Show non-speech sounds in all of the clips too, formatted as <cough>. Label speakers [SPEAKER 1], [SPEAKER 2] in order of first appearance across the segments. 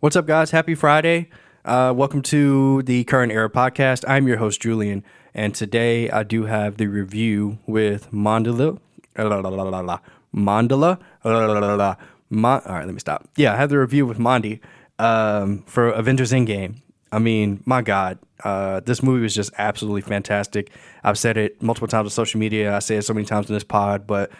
[SPEAKER 1] What's up, guys? Happy Friday. Uh, welcome to the Current Era podcast. I'm your host, Julian, and today I do have the review with Mandala. La, la, la, la, la, la. Mandala. La, la, la, la, la. Mon- All right, let me stop. Yeah, I have the review with Mondi um, for Avengers Endgame. I mean, my God, uh, this movie was just absolutely fantastic. I've said it multiple times on social media. I say it so many times in this pod, but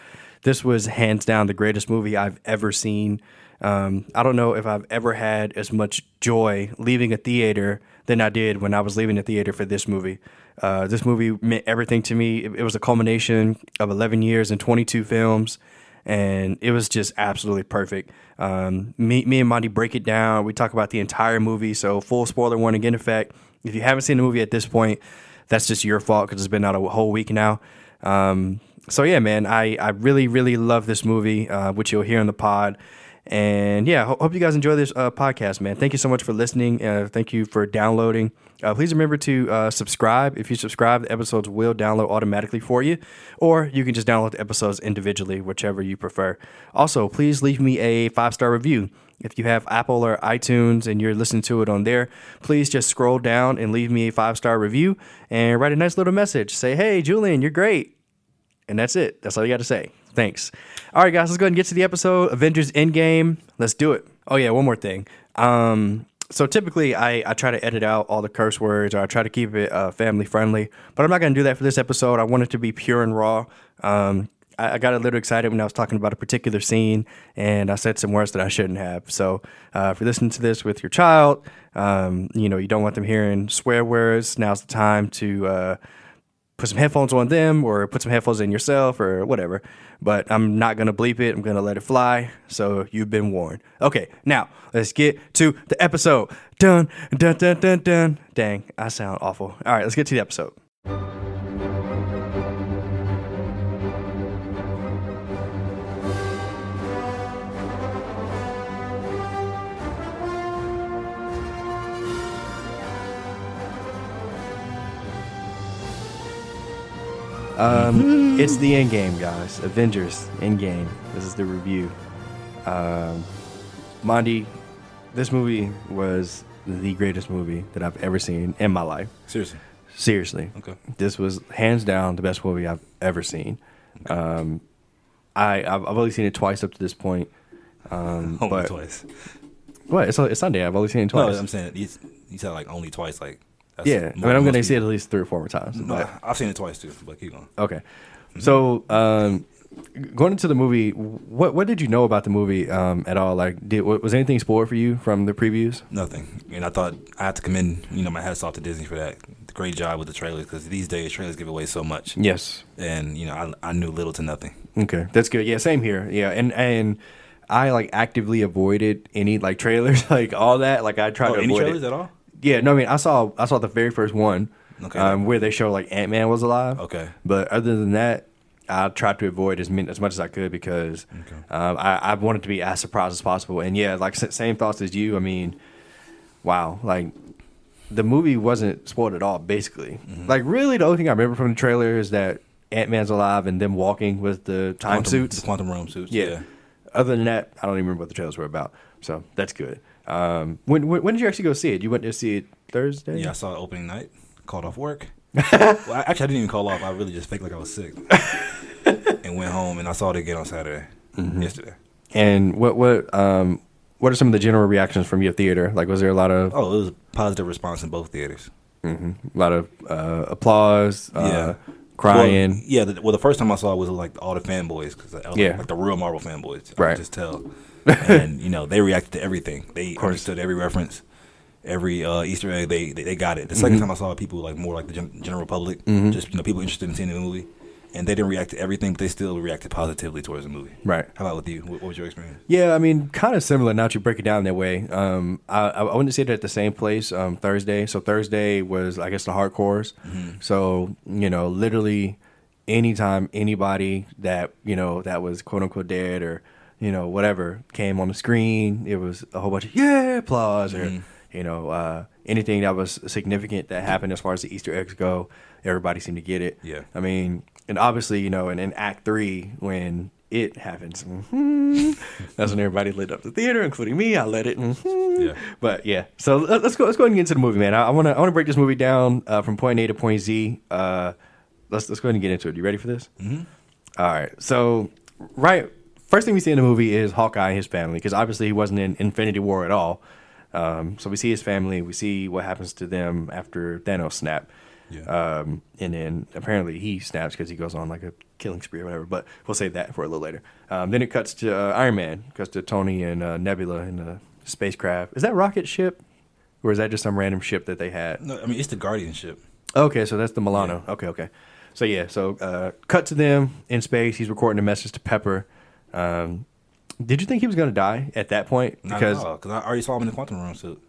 [SPEAKER 1] this was hands down the greatest movie I've ever seen. Um, I don't know if I've ever had as much joy leaving a theater than I did when I was leaving the theater for this movie. Uh, this movie meant everything to me. It, it was a culmination of 11 years and 22 films, and it was just absolutely perfect. Um, me, me and Monty break it down. We talk about the entire movie, so full spoiler warning in effect. If you haven't seen the movie at this point, that's just your fault because it's been out a whole week now. Um, so yeah, man, I, I really really love this movie, uh, which you'll hear in the pod. And yeah, ho- hope you guys enjoy this uh, podcast, man. Thank you so much for listening. Uh, thank you for downloading. Uh, please remember to uh, subscribe. If you subscribe, the episodes will download automatically for you, or you can just download the episodes individually, whichever you prefer. Also, please leave me a five star review. If you have Apple or iTunes and you're listening to it on there, please just scroll down and leave me a five star review and write a nice little message. Say, hey, Julian, you're great. And that's it. That's all you got to say. Thanks. All right, guys, let's go ahead and get to the episode Avengers Endgame. Let's do it. Oh, yeah, one more thing. Um, so typically, I, I try to edit out all the curse words or I try to keep it uh, family friendly, but I'm not going to do that for this episode. I want it to be pure and raw. Um, I, I got a little excited when I was talking about a particular scene and I said some words that I shouldn't have. So uh, if you're listening to this with your child, um, you know, you don't want them hearing swear words, now's the time to. Uh, put some headphones on them or put some headphones in yourself or whatever. But I'm not going to bleep it. I'm going to let it fly. So you've been warned. Okay, now let's get to the episode. Dun, dun, dun, dun, dun. Dang, I sound awful. All right, let's get to the episode. Um, it's the end game, guys. Avengers end game. This is the review. Um, Mondi, this movie was the greatest movie that I've ever seen in my life.
[SPEAKER 2] Seriously.
[SPEAKER 1] Seriously.
[SPEAKER 2] Okay.
[SPEAKER 1] This was hands down the best movie I've ever seen. Um, I I've, I've only seen it twice up to this point. Um,
[SPEAKER 2] Only
[SPEAKER 1] but
[SPEAKER 2] twice.
[SPEAKER 1] what? It's, it's Sunday. I've only seen it
[SPEAKER 2] No,
[SPEAKER 1] twice.
[SPEAKER 2] I'm saying you, you said like only twice. Like that's
[SPEAKER 1] yeah, I
[SPEAKER 2] more
[SPEAKER 1] mean, I'm
[SPEAKER 2] than
[SPEAKER 1] gonna
[SPEAKER 2] most
[SPEAKER 1] see it at least three or four more times.
[SPEAKER 2] people-
[SPEAKER 1] but-
[SPEAKER 2] No, I've seen it twice too. But keep going.
[SPEAKER 1] Okay. So, um, going into the movie, what what did you know about the movie um, at all? Like, did wa- was anything spoiled for you from the previews?
[SPEAKER 2] Nothing. And I thought I had to commend you know my hats off to Disney for that. Great job with the trailers because these days trailers give away so much.
[SPEAKER 1] Yes.
[SPEAKER 2] And you know I, I knew little to nothing.
[SPEAKER 1] Okay, that's good. Yeah, same here. Yeah, and and I like actively avoided any like trailers, <laughs> like all that. Like I tried
[SPEAKER 2] Oh,
[SPEAKER 1] to
[SPEAKER 2] any
[SPEAKER 1] avoid
[SPEAKER 2] trailers
[SPEAKER 1] it.
[SPEAKER 2] at all?
[SPEAKER 1] Yeah, no, I mean I saw I saw the very first one,
[SPEAKER 2] Okay.
[SPEAKER 1] um, where they show like Ant Man was alive.
[SPEAKER 2] Okay.
[SPEAKER 1] but other than that, I tried to avoid as min- as much as I could because um, I I wanted to be as surprised as possible. And yeah, like s- same thoughts as you. I mean, wow, like the movie wasn't spoiled at all. Basically,
[SPEAKER 2] Mm-hmm.
[SPEAKER 1] like really, the only thing I remember from the trailer is that Ant Man's alive and them walking with the time
[SPEAKER 2] Quantum,
[SPEAKER 1] suits.
[SPEAKER 2] The quantum realm suits.
[SPEAKER 1] Yeah. Other than that, I don't even remember what the trailers were about. So that's good. Um, when, when when did you actually go see it? You went to see it Thursday.
[SPEAKER 2] yeah. I saw it opening night. Called
[SPEAKER 1] <laughs>
[SPEAKER 2] off work. well, I- actually, I didn't even call off. I really just faked like I was sick and went home. And I saw it again on Saturday.
[SPEAKER 1] Mm-hmm.
[SPEAKER 2] Yesterday.
[SPEAKER 1] And what what um what are some of the general reactions from your theater? Like, was there a lot of
[SPEAKER 2] Oh, it was a positive response in both theaters.
[SPEAKER 1] a lot of uh, applause? Uh,
[SPEAKER 2] Yeah.
[SPEAKER 1] Crying.
[SPEAKER 2] Well, yeah. The, well, the first time I saw it was like all the fanboys because like,
[SPEAKER 1] Yeah.
[SPEAKER 2] like the real Marvel fanboys. I
[SPEAKER 1] Right.
[SPEAKER 2] could
[SPEAKER 1] <laughs>
[SPEAKER 2] just tell, and you know they reacted to everything. They understood every reference, every uh, Easter egg. They they, they got it. The 2nd
[SPEAKER 1] Mm-hmm.
[SPEAKER 2] time I saw it, people like more like the gen- general public, just you know people interested in seeing the movie, and they didn't react to everything, but they still reacted positively towards the movie.
[SPEAKER 1] Right.
[SPEAKER 2] How about with you? What, what was your experience?
[SPEAKER 1] Yeah, I mean, kind of similar. Now that you break it down that way, um, I, I went to see it at the same place um, Thursday. So Thursday was, I guess, the hardcores. So you know, literally, anytime anybody that you know that was quote unquote dead or you know whatever came on the screen, it was a whole bunch of yeah applause or you know uh, anything that was significant that happened as far as the Easter eggs go. Everybody seemed to get it.
[SPEAKER 2] Yeah.
[SPEAKER 1] I mean, and obviously, you know, in, in Act Three mm-hmm, when it happens. mhm, That's when everybody lit up the theater, including me. I let it. mhm.
[SPEAKER 2] Yeah.
[SPEAKER 1] But yeah, so let- let's go. Let's go ahead and get into the movie, man. I want to. I want to break this movie down uh, from point A to point Z. Uh, let's let's go ahead and get into it. You ready for this? Mm-hmm. right. So right, first thing we see in the movie is Hawkeye and his family because obviously he wasn't in Infinity War at all. Um, so we see his family. We see what happens to them after Thanos snap.
[SPEAKER 2] Yeah.
[SPEAKER 1] Um, and then apparently he snaps because he goes on like a killing spree or whatever. But we'll save that for a little later. Um, then it cuts to uh, Iron Man, cuts to Tony and uh, Nebula in a spacecraft. Is that rocket ship, or is that just some random ship that they had?
[SPEAKER 2] No, I mean it's the guardianship.
[SPEAKER 1] Okay, so that's the Milano. Okay, okay. So yeah, so uh, cut to them in space. He's recording a message to Pepper. Um, did you think he was gonna die at that point?
[SPEAKER 2] Because because I already saw him in the quantum room suit.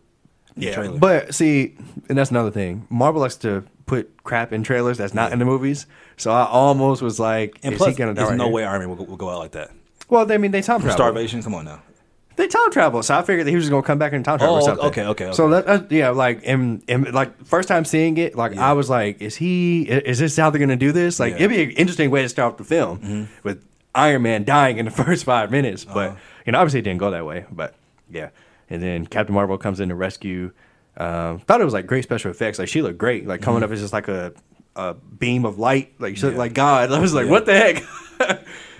[SPEAKER 2] In the trailer.
[SPEAKER 1] But see, and that's another thing. Marvel likes to put crap in trailers that's not in the movies. So I almost was like,
[SPEAKER 2] and
[SPEAKER 1] is
[SPEAKER 2] plus
[SPEAKER 1] he gonna die?
[SPEAKER 2] there's
[SPEAKER 1] right
[SPEAKER 2] no
[SPEAKER 1] here?
[SPEAKER 2] way Iron Man will, go- will go out like that.
[SPEAKER 1] Well, I mean, they time travel.
[SPEAKER 2] Starvation. Come on now.
[SPEAKER 1] They time travel, so I figured that he was gonna come back in time travel or
[SPEAKER 2] Oh,
[SPEAKER 1] something.
[SPEAKER 2] okay, okay,
[SPEAKER 1] So
[SPEAKER 2] okay.
[SPEAKER 1] that, uh, yeah, like and, and like first time seeing it, like I was like, is he? i- Is this how they're gonna do this? Like
[SPEAKER 2] Yeah. Mm-hmm.
[SPEAKER 1] it'd be an interesting way to start off the film with Iron Man dying in the <laughs> first five minutes,
[SPEAKER 2] Uh-huh.
[SPEAKER 1] but you know, obviously it didn't go that way. But yeah, and then Captain Marvel comes in to rescue. Um, thought it was like great special effects. Like she looked great. Like coming up is just like a a beam of light. Like she looked
[SPEAKER 2] Mm-hmm. Yeah.
[SPEAKER 1] like God. <laughs> I was like,
[SPEAKER 2] Yeah.
[SPEAKER 1] what the heck?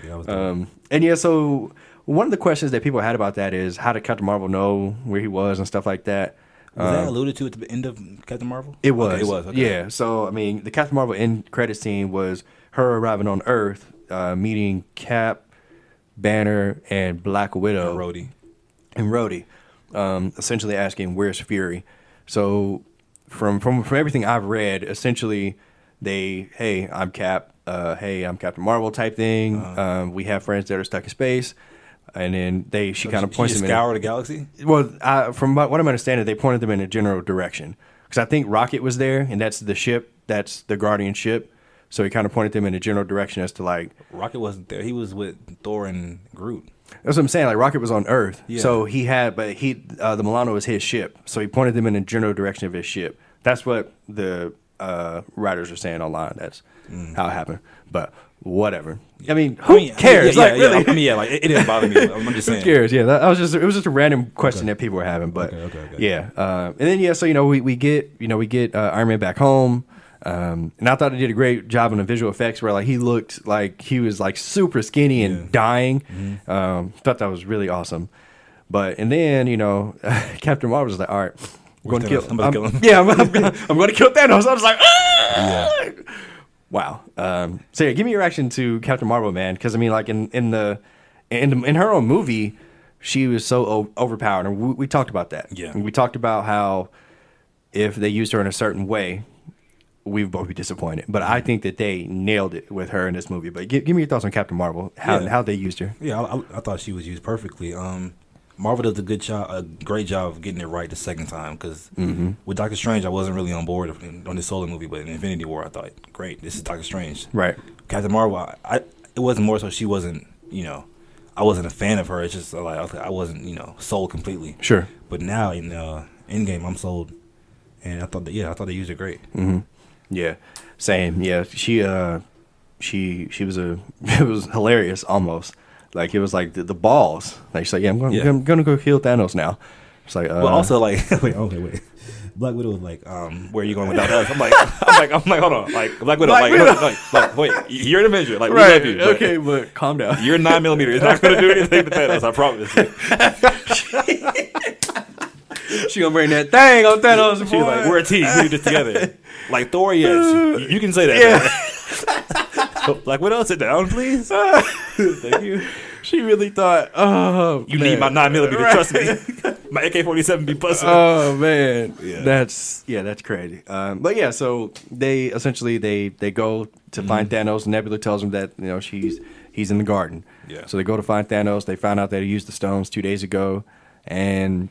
[SPEAKER 2] Yeah, that was
[SPEAKER 1] Um, and yeah, so one of the questions that people had about that is how did Captain Marvel know where he was and stuff like that.
[SPEAKER 2] Was that alluded to at the end of Captain Marvel?
[SPEAKER 1] It was,
[SPEAKER 2] Okay, it was. Okay.
[SPEAKER 1] yeah. So I mean, the Captain Marvel end credit scene was her arriving on Earth, uh, meeting Cap, Banner, and Black Widow
[SPEAKER 2] Rhodey.
[SPEAKER 1] and Rhodey, um, essentially asking where's Fury. So from from from everything I've read, essentially they hey I'm Cap, uh, hey I'm Captain Marvel type thing.
[SPEAKER 2] Uh-huh.
[SPEAKER 1] Um, we have friends that are stuck in space, and then they she kind of
[SPEAKER 2] She
[SPEAKER 1] points
[SPEAKER 2] just
[SPEAKER 1] them.
[SPEAKER 2] scour the galaxy.
[SPEAKER 1] In, well, I, from what what I'm understanding, they pointed them in a general direction because I think Rocket was there, and that's the ship, that's the Guardian ship. So he kind of pointed them in a general direction as to like
[SPEAKER 2] Rocket wasn't there. He was with Thor and Groot.
[SPEAKER 1] That's what I'm saying. Like Rocket was on Earth,
[SPEAKER 2] Yeah.
[SPEAKER 1] so he had, but he uh, the Milano was his ship, so he pointed them in a general direction of his ship. That's what the uh, writers are saying online. That's how it happened. But whatever. I mean, who
[SPEAKER 2] Mm. I mean,
[SPEAKER 1] cares?
[SPEAKER 2] Yeah, yeah,
[SPEAKER 1] like,
[SPEAKER 2] yeah,
[SPEAKER 1] really,
[SPEAKER 2] I mean, yeah, like it, it didn't
[SPEAKER 1] <laughs>
[SPEAKER 2] bother me. I'm just saying.
[SPEAKER 1] who cares? Yeah, that, I was just it was just a random question that people were having, but
[SPEAKER 2] Okay, okay, okay.
[SPEAKER 1] yeah. Uh, and then yeah, so you know we, we get you know we get uh, Iron Man back home, um, and I thought they did a great job on the visual effects where like he looked like he was like super skinny and
[SPEAKER 2] Yeah. Mm-hmm.
[SPEAKER 1] dying. Um, thought that was really awesome. But and then you know <laughs> Captain Marvel was like, all right, I'm going to
[SPEAKER 2] Thanos?
[SPEAKER 1] kill.
[SPEAKER 2] I'm about to
[SPEAKER 1] I'm-
[SPEAKER 2] kill him.
[SPEAKER 1] <laughs> Yeah, I'm, going to kill Thanos. I was like, ah! Wow. Um, so yeah, give me your reaction to Captain Marvel, man, because I mean, like in in the in in her own movie, she was so o- overpowered, and we, we talked about that.
[SPEAKER 2] Yeah.
[SPEAKER 1] And we talked about how if they used her in a certain way, we'd both be disappointed. But I think that they nailed it with her in this movie. But give, give me your thoughts on Captain Marvel, how
[SPEAKER 2] Yeah.
[SPEAKER 1] how they used her.
[SPEAKER 2] Yeah, I, I- I thought she was used perfectly. Um, Marvel does a good job, a great job of getting it right the second time. Because
[SPEAKER 1] Mm-hmm.
[SPEAKER 2] with Doctor Strange, I wasn't really on board of- on the solo movie, but in Infinity War, I thought, great, this is Doctor Strange.
[SPEAKER 1] Right.
[SPEAKER 2] Captain Marvel, I, I it wasn't more so she wasn't, you know, I wasn't a fan of her. It's just like I was- I wasn't, you know, sold completely.
[SPEAKER 1] Sure.
[SPEAKER 2] But now in uh, Endgame, I'm sold, and I thought that yeah, I thought they used it great.
[SPEAKER 1] Yeah, same. Yeah, she uh, she she was a <laughs> it was hilarious almost. Like it was like the, the balls. Like she's like, yeah, I'm going,
[SPEAKER 2] Yeah.
[SPEAKER 1] I'm going to go kill Thanos now. It's like, uh,
[SPEAKER 2] But also like <laughs> wait, okay, wait. Black Widow was like, um, where are you going without us? I'm like, <laughs> I'm like, I'm like, hold on, like Black Widow,
[SPEAKER 1] Black
[SPEAKER 2] like,
[SPEAKER 1] Widow.
[SPEAKER 2] like, like, wait, you're an Avenger,
[SPEAKER 1] <laughs>
[SPEAKER 2] like,
[SPEAKER 1] right,
[SPEAKER 2] we love you, but <laughs>
[SPEAKER 1] okay, but calm down.
[SPEAKER 2] You're nine millimeter. It's not gonna do anything to Thanos. I promise. She
[SPEAKER 1] she gonna bring that thing on Thanos.
[SPEAKER 2] was like,
[SPEAKER 1] boy.
[SPEAKER 2] we're a team. We do this together.
[SPEAKER 1] <laughs>
[SPEAKER 2] Like Thor, yes, you, you can say that. <laughs> man. Black Widow, sit down, please. <laughs> Thank you.
[SPEAKER 1] she really thought, oh,
[SPEAKER 2] You
[SPEAKER 1] man.
[SPEAKER 2] need my nine millimeter.
[SPEAKER 1] Right. <laughs>
[SPEAKER 2] Trust me. My AK forty seven be busting.
[SPEAKER 1] Oh
[SPEAKER 2] <laughs>
[SPEAKER 1] man,
[SPEAKER 2] Yeah.
[SPEAKER 1] that's yeah, that's crazy. Um, but yeah, so they essentially they they go to find
[SPEAKER 2] Mm-hmm.
[SPEAKER 1] Thanos. Nebula tells them that you know she's he's in the garden.
[SPEAKER 2] Yeah.
[SPEAKER 1] So they go to find Thanos. They find out that he used the stones two days ago, and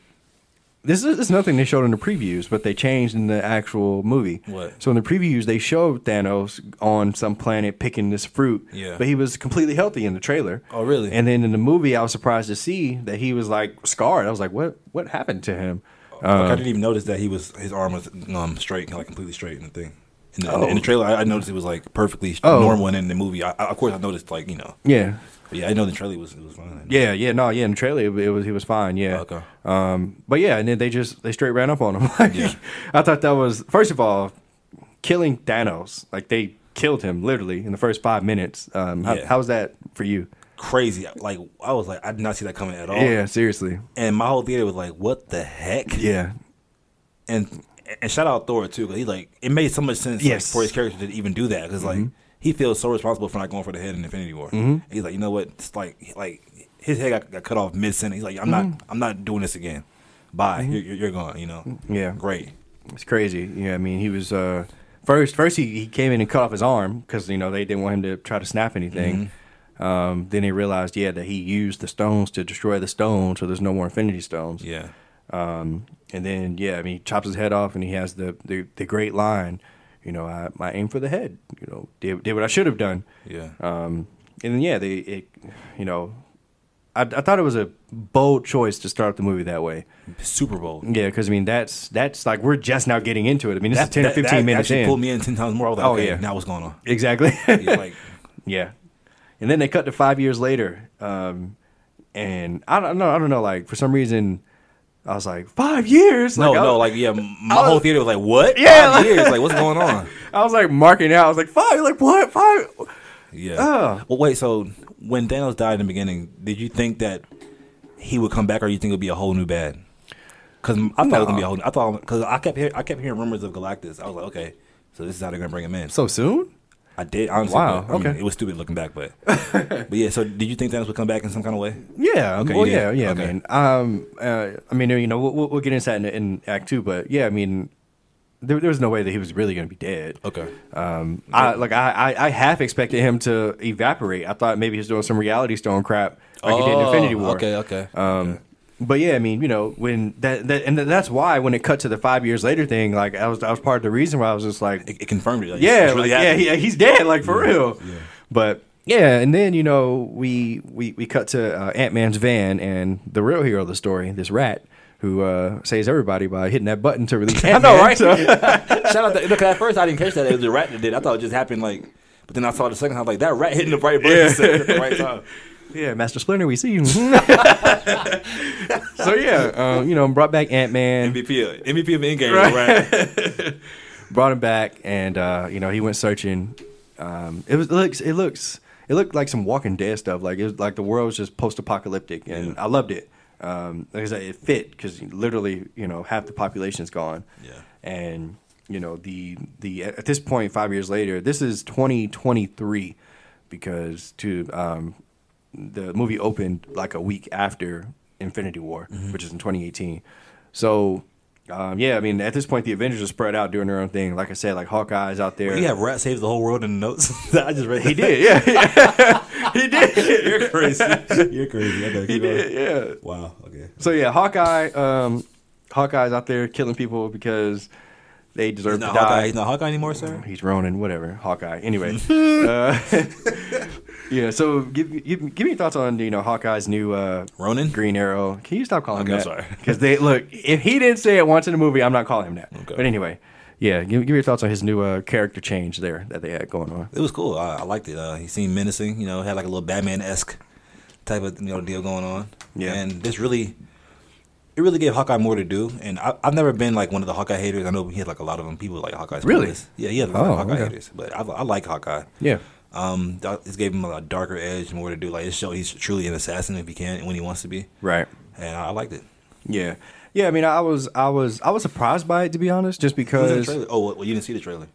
[SPEAKER 1] this is, this is nothing they showed in the previews, but they changed in the actual movie.
[SPEAKER 2] What?
[SPEAKER 1] So in the previews, they showed Thanos on some planet picking this fruit.
[SPEAKER 2] Yeah.
[SPEAKER 1] But he was completely healthy in the trailer.
[SPEAKER 2] Oh, really?
[SPEAKER 1] And then in the movie, I was surprised to see that he was like scarred. I was like, what what happened to him? uh.
[SPEAKER 2] Like, I didn't even notice that he was his arm was um straight, like completely straight in the thing. In the, in
[SPEAKER 1] Oh.
[SPEAKER 2] the- in the trailer, I, I noticed it was like perfectly normal, and in the movie, I, I, of course, I noticed like you know,
[SPEAKER 1] Yeah.
[SPEAKER 2] but yeah, I know the trailer was it was fine. uh,
[SPEAKER 1] Yeah, yeah, no, yeah. In the trailer, it, it was he was fine. Yeah.
[SPEAKER 2] Okay.
[SPEAKER 1] Um, but yeah, and then they just they straight ran up on him. <laughs> Like, I thought that was first of all, killing Thanos. Like they killed him literally in the first five minutes. Um, how,
[SPEAKER 2] Yeah.
[SPEAKER 1] how was that for you?
[SPEAKER 2] crazy. Like I was like, I did not see that coming at all.
[SPEAKER 1] Yeah, seriously.
[SPEAKER 2] and my whole theater was like, what the heck?
[SPEAKER 1] Yeah,
[SPEAKER 2] and and shout out Thor too because he like it made so much sense like,
[SPEAKER 1] Yes. Mm-hmm.
[SPEAKER 2] for his character to even do that because like he feels so responsible for not going for the head in Infinity War. He's like, you know what? It's like like his head got, got cut off mid sentence. He's like, I'm not
[SPEAKER 1] Mm-hmm.
[SPEAKER 2] I'm not doing this again. Bye, you're, you're you're gone. You know.
[SPEAKER 1] Yeah.
[SPEAKER 2] Great.
[SPEAKER 1] it's crazy. Yeah, I mean, he was uh, first. First, he, he came in and cut off his arm because you know they didn't want him to try to snap anything.
[SPEAKER 2] Mm-hmm.
[SPEAKER 1] Um, then he realized, yeah, that he used the stones to destroy the stone, so there's no more Infinity Stones.
[SPEAKER 2] Yeah.
[SPEAKER 1] Um, and then yeah, I mean, he chops his head off, and he has the the, the great line, you know, I, I aim for the head, you know, did, did what I should have done.
[SPEAKER 2] Yeah.
[SPEAKER 1] Um, and then yeah, they it, you know, I, I thought it was a bold choice to start the movie that way.
[SPEAKER 2] Super Bowl.
[SPEAKER 1] Yeah, because I mean that's that's like we're just now getting into it. I mean this is ten
[SPEAKER 2] That-
[SPEAKER 1] or fifteen
[SPEAKER 2] that
[SPEAKER 1] minutes
[SPEAKER 2] actually
[SPEAKER 1] in.
[SPEAKER 2] pulled me in ten times more. I was like,
[SPEAKER 1] Oh,
[SPEAKER 2] okay,
[SPEAKER 1] yeah.
[SPEAKER 2] now what's
[SPEAKER 1] <laughs>
[SPEAKER 2] going on?
[SPEAKER 1] Exactly.
[SPEAKER 2] <laughs> Yeah, like,
[SPEAKER 1] Yeah, and then they cut to five years later, um, and I don't know. I don't know. Like for some reason, I was like five years.
[SPEAKER 2] no,
[SPEAKER 1] I-
[SPEAKER 2] no, like yeah, my
[SPEAKER 1] I was-
[SPEAKER 2] whole theater was like, what?
[SPEAKER 1] Yeah,
[SPEAKER 2] Five
[SPEAKER 1] like-
[SPEAKER 2] years? Like, what's
[SPEAKER 1] <laughs>
[SPEAKER 2] going on?
[SPEAKER 1] I was like marking out. I was like five. Like what? Five?
[SPEAKER 2] Yeah.
[SPEAKER 1] Oh.
[SPEAKER 2] Well, wait. So when Thanos died in the beginning, did you think that he would come back, or you think it would be a whole new bad? Because I thought it was gonna be a whole. I thought because I kept hear, I kept hearing rumors of Galactus. I was like, okay, so this is how they're gonna bring him in. So
[SPEAKER 1] So soon?
[SPEAKER 2] I did honestly.
[SPEAKER 1] Wow,
[SPEAKER 2] but, I mean,
[SPEAKER 1] okay.
[SPEAKER 2] it was stupid looking back,
[SPEAKER 1] <laughs>
[SPEAKER 2] but but yeah. So did you think Thanos would come back in some kind of way?
[SPEAKER 1] Yeah.
[SPEAKER 2] Okay,
[SPEAKER 1] well,
[SPEAKER 2] you
[SPEAKER 1] yeah,
[SPEAKER 2] did.
[SPEAKER 1] yeah.
[SPEAKER 2] Okay.
[SPEAKER 1] I mean, um, uh, I mean, you know, we'll- we'll, we'll get into that in, in Act Two, but yeah, I mean, there, there was no way that he was really going to be dead.
[SPEAKER 2] Okay.
[SPEAKER 1] Um, I like I, I I half expected him to evaporate. I thought maybe he was doing some Reality Stone crap like he did in
[SPEAKER 2] Oh,
[SPEAKER 1] Infinity War.
[SPEAKER 2] Okay. Okay.
[SPEAKER 1] Um, But yeah, I mean, you know, when that, that and that's why when it cut to the five years later thing, like I was I was part of the reason why I was just like,
[SPEAKER 2] it, it confirmed it. Like,
[SPEAKER 1] yeah,
[SPEAKER 2] it's really
[SPEAKER 1] like, yeah,
[SPEAKER 2] happening.
[SPEAKER 1] he, he's dead, like for real.
[SPEAKER 2] yeah.
[SPEAKER 1] But yeah, and then you know we we we cut to uh, Ant Man's van and the real hero of the story, this rat who uh, saves everybody by hitting that button to
[SPEAKER 2] <laughs>
[SPEAKER 1] release. Ant-Man. <laughs> So-
[SPEAKER 2] Shout out to look at first I didn't catch that it was a rat that did. I thought it just happened like, but then I saw the second time like that rat hitting the right button at the right time.
[SPEAKER 1] yeah, Master Splinter, we
[SPEAKER 2] <laughs>
[SPEAKER 1] see you. <laughs> so yeah, um, you know, brought back Ant Man.
[SPEAKER 2] MVP, MVP of Endgame, right?
[SPEAKER 1] brought him back, and uh, you know he went searching. Um, it was it looks it looks it looked like some Walking Dead stuff. Like it was like the world was just post apocalyptic, and I loved it. Um, like I said, it fit because literally you know half the population's gone.
[SPEAKER 2] Yeah.
[SPEAKER 1] and you know the the at this point five years later, this is twenty twenty three because to um, the movie opened like a week after Infinity War,
[SPEAKER 2] Mm-hmm.
[SPEAKER 1] which is in 2018. So, um, yeah, I mean, at this point, the Avengers are spread out doing their own thing. Like I said, like Hawkeye's out there.
[SPEAKER 2] <laughs> You have rat saves the whole world in the notes. <laughs> I just read.
[SPEAKER 1] <laughs>
[SPEAKER 2] He
[SPEAKER 1] did, yeah, <laughs> he did.
[SPEAKER 2] You're crazy. You're crazy. Okay,
[SPEAKER 1] He did, yeah.
[SPEAKER 2] Wow. Okay.
[SPEAKER 1] So yeah, Hawkeye, um, Hawkeye's out there killing people because they deserve
[SPEAKER 2] He's
[SPEAKER 1] to
[SPEAKER 2] not
[SPEAKER 1] die.
[SPEAKER 2] Hawkeye. He's not Hawkeye anymore, sir.
[SPEAKER 1] He's Ronin, whatever. Hawkeye.
[SPEAKER 2] <laughs>
[SPEAKER 1] Anyway, uh, <laughs> yeah. So give, give give me your thoughts on you know Hawkeye's new uh,
[SPEAKER 2] Ronin?
[SPEAKER 1] Green Arrow. Can you stop calling
[SPEAKER 2] Okay,
[SPEAKER 1] him
[SPEAKER 2] I'm
[SPEAKER 1] that?
[SPEAKER 2] sorry.
[SPEAKER 1] Because they look. If he didn't say it once in the movie, I'm not calling him that.
[SPEAKER 2] Okay.
[SPEAKER 1] But anyway, yeah. Give, give me your thoughts on his new uh, character change there that they had going on.
[SPEAKER 2] It was cool. I, I liked it. Uh, he seemed menacing. You know, had like a little Batman esque type of you know deal going on.
[SPEAKER 1] Yeah.
[SPEAKER 2] And this really, it really gave Hawkeye more to do. And I, I've never been like one of the Hawkeye haters. I know he had like a lot of them. People like Hawkeye's
[SPEAKER 1] Really?
[SPEAKER 2] playlist. Yeah, he had a lot of
[SPEAKER 1] Oh,
[SPEAKER 2] Hawkeye
[SPEAKER 1] okay.
[SPEAKER 2] haters. But I, I like Hawkeye.
[SPEAKER 1] Yeah.
[SPEAKER 2] Um, th- this gave him a darker edge, more to do. Like it showed he's truly an assassin if he can and when he wants to be.
[SPEAKER 1] Right.
[SPEAKER 2] And I, I liked it.
[SPEAKER 1] Yeah. Yeah. I mean, I was I was I was surprised by it to be honest, just
[SPEAKER 2] Who's in the
[SPEAKER 1] because.
[SPEAKER 2] trailer? Oh, well, you didn't see the trailer.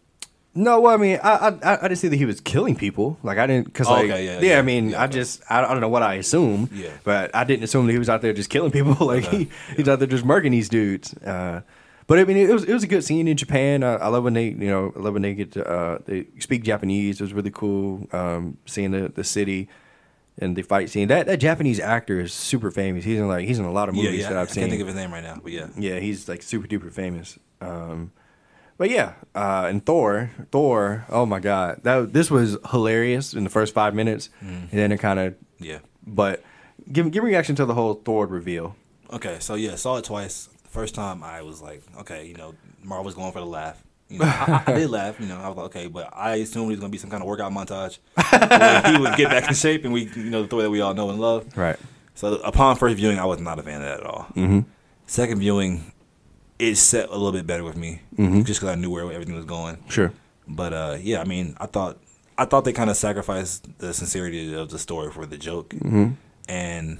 [SPEAKER 1] No, well, I mean, I, I I- I didn't see that he was killing people. Like I didn't, cause
[SPEAKER 2] Oh,
[SPEAKER 1] like
[SPEAKER 2] okay,
[SPEAKER 1] yeah,
[SPEAKER 2] yeah,
[SPEAKER 1] I
[SPEAKER 2] yeah,
[SPEAKER 1] mean,
[SPEAKER 2] yeah,
[SPEAKER 1] I
[SPEAKER 2] okay.
[SPEAKER 1] just I, I don't know what I assumed.
[SPEAKER 2] Yeah.
[SPEAKER 1] But I didn't assume that he was out there just killing people. <laughs> like he, he's out there just murking these dudes. Uh, but I mean, it was it was a good scene in Japan. I, I love when they you know I love when they get to uh, they speak Japanese. It was really cool. Um, seeing the the city. And the fight scene. That that Japanese actor is super famous. He's in like he's in a lot of movies
[SPEAKER 2] yeah, yeah.
[SPEAKER 1] that
[SPEAKER 2] I
[SPEAKER 1] I've seen.
[SPEAKER 2] can't think of his name right now, but yeah.
[SPEAKER 1] Yeah, he's like super duper famous. Um, but yeah, uh, and Thor, Thor, oh my god, that this was hilarious in the first five minutes, and then it kind of,
[SPEAKER 2] Yeah.
[SPEAKER 1] but give give reaction to the whole Thor reveal.
[SPEAKER 2] Okay, so yeah, saw it twice. First time I was like, okay, you know, Marvel's going for the laugh. You know, I, I did laugh. You know, I was like, okay, but I assumed it was gonna be some kind of workout montage. <laughs> where he would get back in shape, and we, you know, the way that we all know and love.
[SPEAKER 1] Right.
[SPEAKER 2] So upon first viewing, I was not a fan of that at all. Mm-hmm. Second viewing, it set a little bit better with me,
[SPEAKER 1] Mm-hmm.
[SPEAKER 2] just because I knew where everything was going.
[SPEAKER 1] Sure.
[SPEAKER 2] But uh, yeah, I mean, I thought I thought they kind of sacrificed the sincerity of the story for the joke,
[SPEAKER 1] Mm-hmm.
[SPEAKER 2] and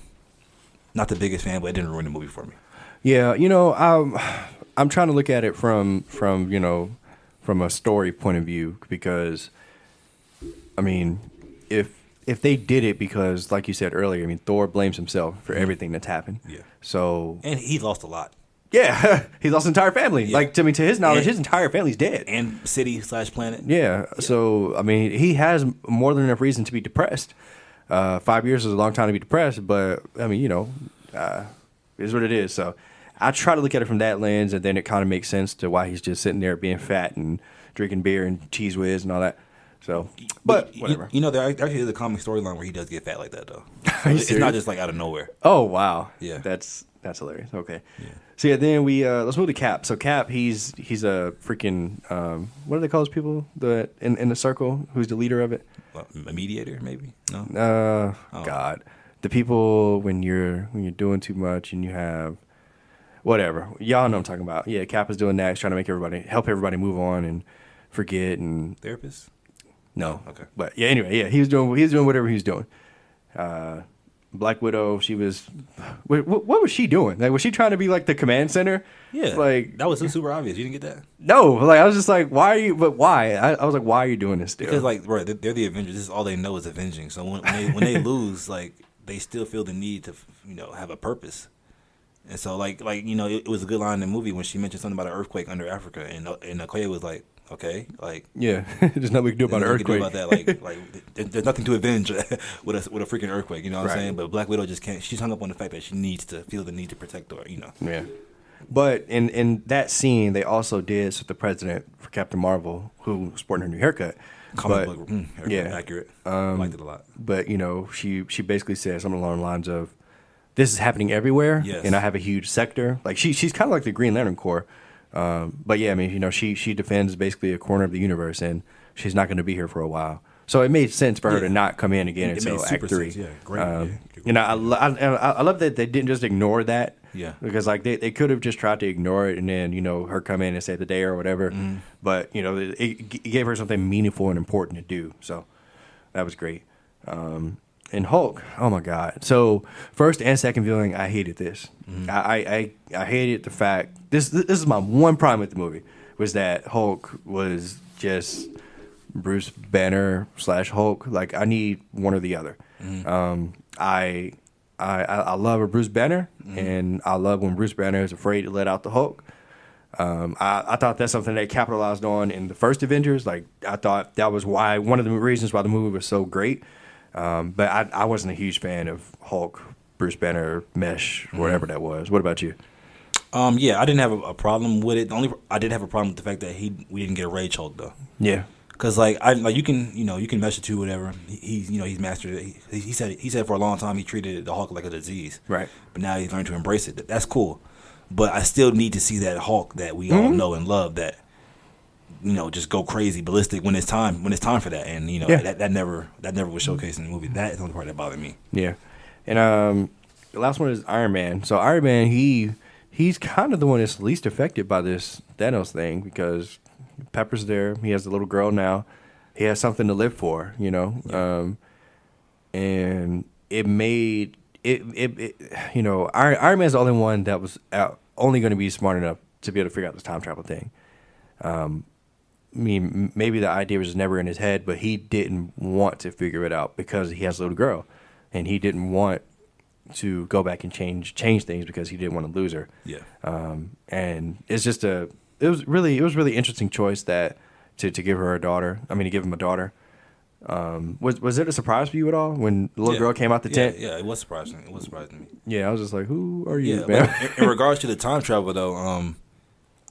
[SPEAKER 2] not the biggest fan, but it didn't ruin the movie for me.
[SPEAKER 1] Yeah, you know, um, I'm trying to look at it from from you know from a story point of view because, I mean, if if they did it because, like you said earlier, I mean, Thor blames himself for everything that's happened.
[SPEAKER 2] Yeah.
[SPEAKER 1] So
[SPEAKER 2] And he lost a lot,
[SPEAKER 1] yeah, <laughs> he lost his entire family. Like to me, to his knowledge,
[SPEAKER 2] And-
[SPEAKER 1] his entire family's dead.
[SPEAKER 2] and city slash planet.
[SPEAKER 1] Yeah. So I mean, he has more than enough reason to be depressed. Uh, five years is a long time to be depressed, but I mean, you know, uh, is what it is. So I try to look at it from that lens, and then it kind of makes sense to why he's just sitting there being fat and drinking beer and cheese whiz and all that. So, but
[SPEAKER 2] you-
[SPEAKER 1] whatever.
[SPEAKER 2] You, know, there act- actually is a comic storyline where he does get fat like that, though.
[SPEAKER 1] <laughs> Are you
[SPEAKER 2] it's not
[SPEAKER 1] serious?
[SPEAKER 2] just like out of nowhere.
[SPEAKER 1] Oh wow.
[SPEAKER 2] Yeah.
[SPEAKER 1] That's that's hilarious. Okay. So yeah, then we uh, let's move to Cap. So Cap, he's he's a freaking um, what do they call those people the in in the circle who's the leader of it?
[SPEAKER 2] Well, A mediator, maybe? No.
[SPEAKER 1] Uh, God, the people when you're when you're doing too much and you have whatever y'all know what I'm talking about. Yeah, Cap is doing that, he's trying to make everybody help everybody move on and forget and
[SPEAKER 2] Therapist?
[SPEAKER 1] no.
[SPEAKER 2] Okay.
[SPEAKER 1] But yeah, anyway, yeah, he was doing he was doing whatever he was doing. Uh, Black Widow, she was. What, what was she doing? Like, was she trying to be like the command center?
[SPEAKER 2] Yeah.
[SPEAKER 1] Like,
[SPEAKER 2] that was so super obvious. You didn't get that?
[SPEAKER 1] no. Like, I was just like, why are you? But why? I, I was like, why are you doing this, dude?
[SPEAKER 2] Because, like, bro, they're, they're the Avengers. This is all they know is avenging. So when, when, they,
[SPEAKER 1] <laughs>
[SPEAKER 2] when they lose, like, they still feel the need to, you know, have a purpose. And so, like, like you know, it, it was a good line in the movie when she mentioned something about an earthquake under Africa. And, and Okoye was like, okay, like,
[SPEAKER 1] yeah, <laughs> there's nothing we can do about an
[SPEAKER 2] There's nothing
[SPEAKER 1] earthquake.
[SPEAKER 2] we can do About
[SPEAKER 1] <laughs>
[SPEAKER 2] that, like, like there- there's nothing to avenge <laughs> with a with a freaking earthquake. You know what
[SPEAKER 1] Right.
[SPEAKER 2] I'm saying? But Black Widow just can't. She's hung up on the fact that she needs to feel the need to protect her. You know?
[SPEAKER 1] Yeah. But in, in that scene, they also did so the president for Captain Marvel, who was sporting her new haircut.
[SPEAKER 2] Comic
[SPEAKER 1] but,
[SPEAKER 2] book, mm, accurate-
[SPEAKER 1] yeah. um,
[SPEAKER 2] accurate. Liked it a lot.
[SPEAKER 1] But, you know, she, she basically said something along the lines of, this is happening everywhere,
[SPEAKER 2] Yes.
[SPEAKER 1] and I have a huge sector. Like, she, she's kind of like the Green Lantern Corps. Um, but, yeah, I mean, you know, she, she defends basically a corner of the universe, and she's not going to be here for a while. So it made sense for her to
[SPEAKER 2] Yeah.
[SPEAKER 1] not come in again
[SPEAKER 2] It
[SPEAKER 1] until
[SPEAKER 2] made
[SPEAKER 1] Act
[SPEAKER 2] super
[SPEAKER 1] Three.
[SPEAKER 2] sense, yeah. Great,
[SPEAKER 1] Um,
[SPEAKER 2] yeah.
[SPEAKER 1] You know, I, lo- I, I I love that they didn't just ignore that.
[SPEAKER 2] Yeah.
[SPEAKER 1] Because like they, they could have just tried to ignore it and then you know her come in and save the day or whatever,
[SPEAKER 2] Mm-hmm.
[SPEAKER 1] but you know it, it g- gave her something meaningful and important to do. So that was great. Um, and Hulk, oh my God! So first and second viewing, I hated this.
[SPEAKER 2] Mm-hmm.
[SPEAKER 1] I, I I I hated the fact this this is my one problem with the movie was that Hulk was just Bruce Banner slash Hulk. Like I need one or the other. Um, I, I I I love a Bruce Banner, and I love when Bruce Banner is afraid to let out the Hulk. Um, I, I thought that's something they capitalized on in the first Avengers. Like I thought that was why one of the reasons why the movie was so great. Um, but I, I wasn't a huge fan of Hulk, Bruce Banner mesh, whatever that was. What about you?
[SPEAKER 2] Um, yeah, I didn't have a, a problem with it. The only I did have a problem with the fact that he we didn't get a Rage Hulk though.
[SPEAKER 1] Yeah,
[SPEAKER 2] Cause like I like you can you know you can measure to whatever he, he's you know he's mastered it. He, he said he said for a long time he treated the Hulk like a disease.
[SPEAKER 1] Right.
[SPEAKER 2] But now he's learned to embrace it. Th- That's cool. But I still need to see that Hulk that we
[SPEAKER 1] Mm-hmm.
[SPEAKER 2] all know and love that you know just go crazy ballistic when it's time when it's time for that. And you know
[SPEAKER 1] Yeah.
[SPEAKER 2] that, that never that never was showcased in the movie. That is the only part that bothered me.
[SPEAKER 1] yeah. And um, the last one is Iron Man. So Iron Man, he he's kind of the one that's least affected by this Thanos thing because Pepper's there. He has the little girl now. He has something to live for. You know. Um, and it made it, it, it you know Iron, Iron Man's the only one that was out, only going to be smart enough to be able to figure out this time travel thing. Um, I mean, m- maybe the idea was never in his head, but he didn't want to figure it out because he has a little girl, and he didn't want to go back and change change things because he didn't want to lose her
[SPEAKER 2] Yeah.
[SPEAKER 1] um, and it's just a it was really it was really interesting choice that to, to give her a daughter i mean to give him a daughter um, was was it a surprise for you at all when the little
[SPEAKER 2] Yeah.
[SPEAKER 1] girl came out the
[SPEAKER 2] Yeah,
[SPEAKER 1] tent yeah,
[SPEAKER 2] Yeah, it was surprising. It was surprising to me.
[SPEAKER 1] i was just like who are you
[SPEAKER 2] Yeah,
[SPEAKER 1] man?
[SPEAKER 2] like, in, in regards to the time travel though, um,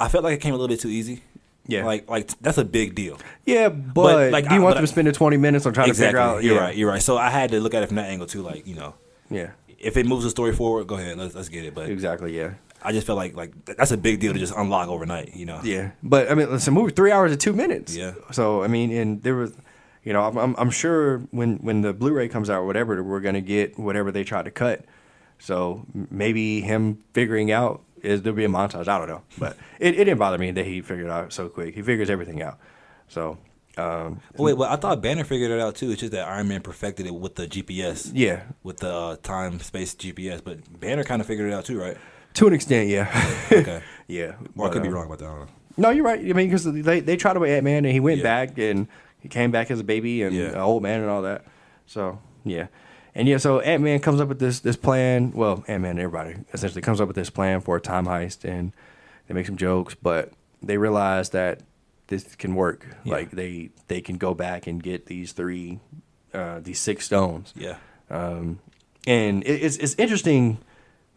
[SPEAKER 2] I felt like it came a little bit too easy.
[SPEAKER 1] Yeah.
[SPEAKER 2] like like that's a big deal.
[SPEAKER 1] <laughs> yeah but,
[SPEAKER 2] like,
[SPEAKER 1] do you
[SPEAKER 2] I-
[SPEAKER 1] want
[SPEAKER 2] but
[SPEAKER 1] them to
[SPEAKER 2] I-
[SPEAKER 1] spend the 20 minutes on trying to figure out
[SPEAKER 2] You're
[SPEAKER 1] yeah,
[SPEAKER 2] right. You're right. So I had to look at it from that angle too. Like you know,
[SPEAKER 1] yeah
[SPEAKER 2] if it moves the story forward, go ahead. Let's let's get it. But
[SPEAKER 1] exactly yeah
[SPEAKER 2] I just felt like like th- that's a big deal to just unlock overnight. You know.
[SPEAKER 1] Yeah, but I mean, it's a movie three hours and two minutes.
[SPEAKER 2] Yeah.
[SPEAKER 1] So I mean, and there was, you know, I'm I'm, I'm sure when when the Blu-ray comes out or whatever, we're gonna get whatever they try to cut. So m- maybe him figuring out is there'll be a montage. I don't know, but <laughs> it, it didn't bother me that he figured it out so quick. He figures everything out. So um,
[SPEAKER 2] But wait, but I thought Banner figured it out too. It's just that Iron Man perfected it with the GPS.
[SPEAKER 1] yeah,
[SPEAKER 2] With the uh, time space GPS, but Banner kind of figured it out too, right?
[SPEAKER 1] to an extent, yeah, <laughs>
[SPEAKER 2] Okay.
[SPEAKER 1] yeah.
[SPEAKER 2] Well, I
[SPEAKER 1] But,
[SPEAKER 2] could be
[SPEAKER 1] um,
[SPEAKER 2] wrong about that. I don't know.
[SPEAKER 1] No, you're right. I mean, because they, they tried away Ant Man and he went
[SPEAKER 2] Yeah.
[SPEAKER 1] back and he came back as a baby and
[SPEAKER 2] Yeah.
[SPEAKER 1] an old man and all that. So yeah, and yeah, so Ant Man comes up with this this plan. Well, Ant Man, everybody essentially comes up with this plan for a time heist, and they make some jokes, but they realize that this can work.
[SPEAKER 2] Yeah.
[SPEAKER 1] Like they they can go back and get these three, uh, these six stones
[SPEAKER 2] Yeah.
[SPEAKER 1] and it, it's it's interesting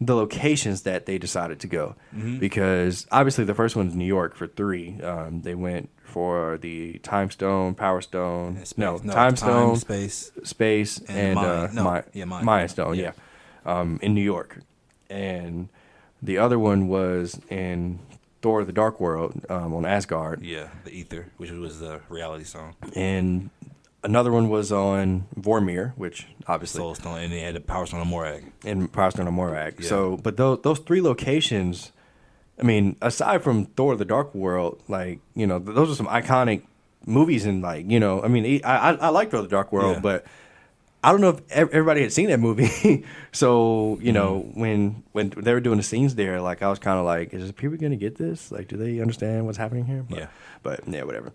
[SPEAKER 1] the locations that they decided to go because obviously the first one's New York for three. Um, they went for the Time Stone, Power Stone,
[SPEAKER 2] Space-
[SPEAKER 1] no, Time Stone,
[SPEAKER 2] space.
[SPEAKER 1] Space, and,
[SPEAKER 2] and Mine.
[SPEAKER 1] uh,
[SPEAKER 2] No,
[SPEAKER 1] Mi-
[SPEAKER 2] yeah, Mine.
[SPEAKER 1] Mine Stone, yeah,
[SPEAKER 2] Yeah.
[SPEAKER 1] Um, in New York, and the other one was in Thor: The Dark World um, on Asgard,
[SPEAKER 2] Yeah, the ether, which was the reality song.
[SPEAKER 1] and another one was on Vormir, which obviously
[SPEAKER 2] Soul Stone, and they had the Power Stone of Morag.
[SPEAKER 1] and Proston and Morag.
[SPEAKER 2] Yeah.
[SPEAKER 1] So, but those those three locations, I mean, aside from Thor: The Dark World, like you know, th- those are some iconic movies. And like you know, I mean, e- I I, I like Thor: The Dark World,
[SPEAKER 2] Yeah.
[SPEAKER 1] but I don't know if ev- everybody had seen that movie. <laughs> so you know, when when they were doing the scenes there, like I was kind of like, is people gonna get this? Like, do they understand what's happening here? But,
[SPEAKER 2] Yeah.
[SPEAKER 1] But yeah, whatever.